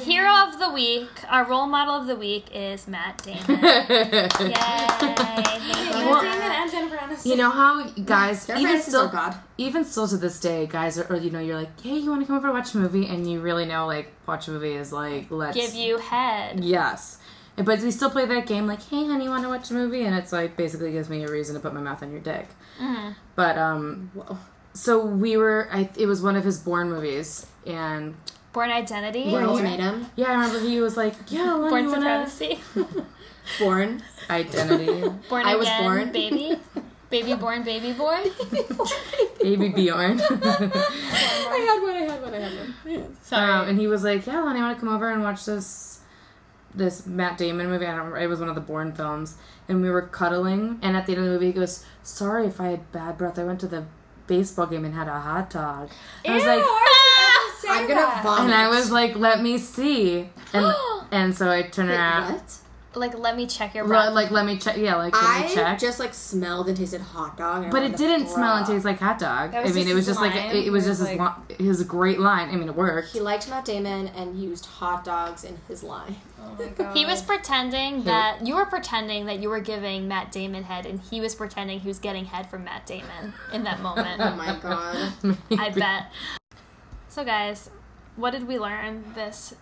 Speaker 1: Hero of the week, our role model of the week is Matt Damon. Yay! Thank you.
Speaker 4: Matt Damon and Jennifer Aniston.
Speaker 3: You know how guys
Speaker 2: Jennifer
Speaker 3: even
Speaker 2: Aniston's
Speaker 3: still
Speaker 2: our god.
Speaker 3: even still to this day, guys are or you know you're like, hey, you want to come over and watch a movie, and you really know like watch a movie is like let's
Speaker 1: Give you head.
Speaker 3: yes. And- But we still play that game, like, "Hey, honey, want to watch a movie?" And it's like basically gives me a reason to put my mouth on your dick.
Speaker 1: Mm-hmm.
Speaker 3: But um,
Speaker 2: Whoa.
Speaker 3: so we were. I, it was one of his Born movies, and
Speaker 1: Born Identity.
Speaker 2: Born
Speaker 3: Yeah.
Speaker 2: ultimatum.
Speaker 3: yeah, I remember he was like, "Yeah, Lynn,
Speaker 1: Born
Speaker 3: you wanna
Speaker 1: Supremacy.
Speaker 2: Born.
Speaker 3: identity,
Speaker 1: Born
Speaker 2: I was
Speaker 1: Again.
Speaker 2: born.
Speaker 1: Baby. Baby born, baby boy.
Speaker 3: baby Bjorn."
Speaker 2: I had one. I had one. I had one.
Speaker 1: Sorry.
Speaker 3: Um, and he was like, "Yeah, Lenny, want to come over and watch this this Matt Damon movie? I don't remember. It was one of the Bourne films." And we were cuddling, and at the end of the movie, he goes, "Sorry if I had bad breath. I went to the baseball game and had a hot dog." I was like,
Speaker 1: Ah!
Speaker 2: I'm gonna vomit.
Speaker 3: and I was like, "Let me see," and and so I turn around,
Speaker 2: what?
Speaker 1: like, let me check your
Speaker 3: Well,
Speaker 1: breath.
Speaker 3: like, "Let me check." Yeah, like, let me
Speaker 2: I
Speaker 3: check.
Speaker 2: just like smelled and tasted hot dog. and I
Speaker 3: but
Speaker 2: wanted
Speaker 3: it
Speaker 2: to
Speaker 3: didn't smell and
Speaker 2: throw up.
Speaker 3: taste like hot dog.
Speaker 4: That
Speaker 3: I
Speaker 4: was
Speaker 3: mean,
Speaker 4: just
Speaker 3: it was
Speaker 4: his
Speaker 3: just like
Speaker 4: line.
Speaker 3: it, it was
Speaker 4: He was
Speaker 3: just
Speaker 4: like-
Speaker 3: his, lo- his great line. I mean, it worked.
Speaker 2: He liked Matt Damon and used hot dogs in his line.
Speaker 4: Oh my god.
Speaker 1: he was pretending that you were pretending that you were giving Matt Damon head, and he was pretending he was getting head from Matt Damon in that
Speaker 2: Oh
Speaker 1: moment.
Speaker 2: my god.
Speaker 1: I bet. So, guys, what did we learn this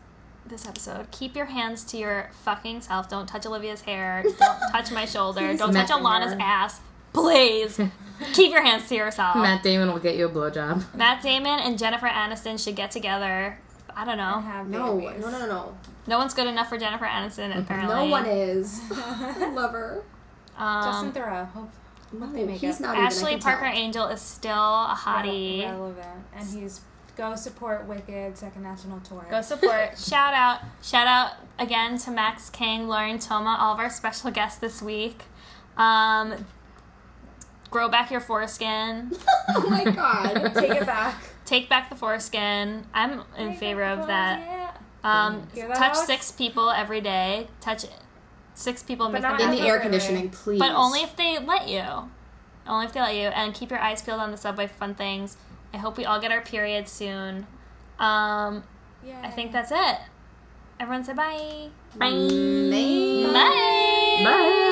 Speaker 1: this episode? Keep your hands to your fucking self. Don't touch Olivia's hair. Don't touch my shoulder. Don't touch
Speaker 3: Matt
Speaker 1: Alana's
Speaker 3: Damon.
Speaker 1: ass. Please keep your hands to yourself. Matt.
Speaker 3: Matt Damon will get you a blowjob.
Speaker 1: Damon and Jennifer Aniston should get together. I don't know.
Speaker 4: Have
Speaker 2: No, no,
Speaker 4: babies.
Speaker 2: no, no, no.
Speaker 1: No one's good enough for Jennifer Aniston. Apparently,
Speaker 2: No one is. I love her.
Speaker 1: Um,
Speaker 4: Justin Thoreau. Hope
Speaker 2: No,
Speaker 4: they make
Speaker 2: Oh, he's
Speaker 4: it.
Speaker 2: not
Speaker 1: Ashley
Speaker 2: even, I can
Speaker 1: Parker Angel is still a hottie.
Speaker 4: relevant, and he's go support Wicked second national tour.
Speaker 1: Go support. Shout out. Shout out again to Max King, Lauren Toma, all of our special guests this week. Um, grow back your foreskin.
Speaker 2: tell. Oh my god.
Speaker 4: Take it back.
Speaker 1: Take back the foreskin. I'm in favor of that. Um,
Speaker 4: Hear that,
Speaker 1: touch
Speaker 4: Alex?
Speaker 1: six people every day. Touch six people. Make
Speaker 4: not
Speaker 1: them
Speaker 2: In
Speaker 1: happy.
Speaker 2: the air conditioning, please.
Speaker 1: But only if they let you. Only if they let you. And keep your eyes peeled on the subway for fun things. I hope we all get our period soon. Um,
Speaker 4: Yeah.
Speaker 1: I think that's it. Everyone say bye.
Speaker 2: Bye.
Speaker 1: Bye.
Speaker 3: Bye.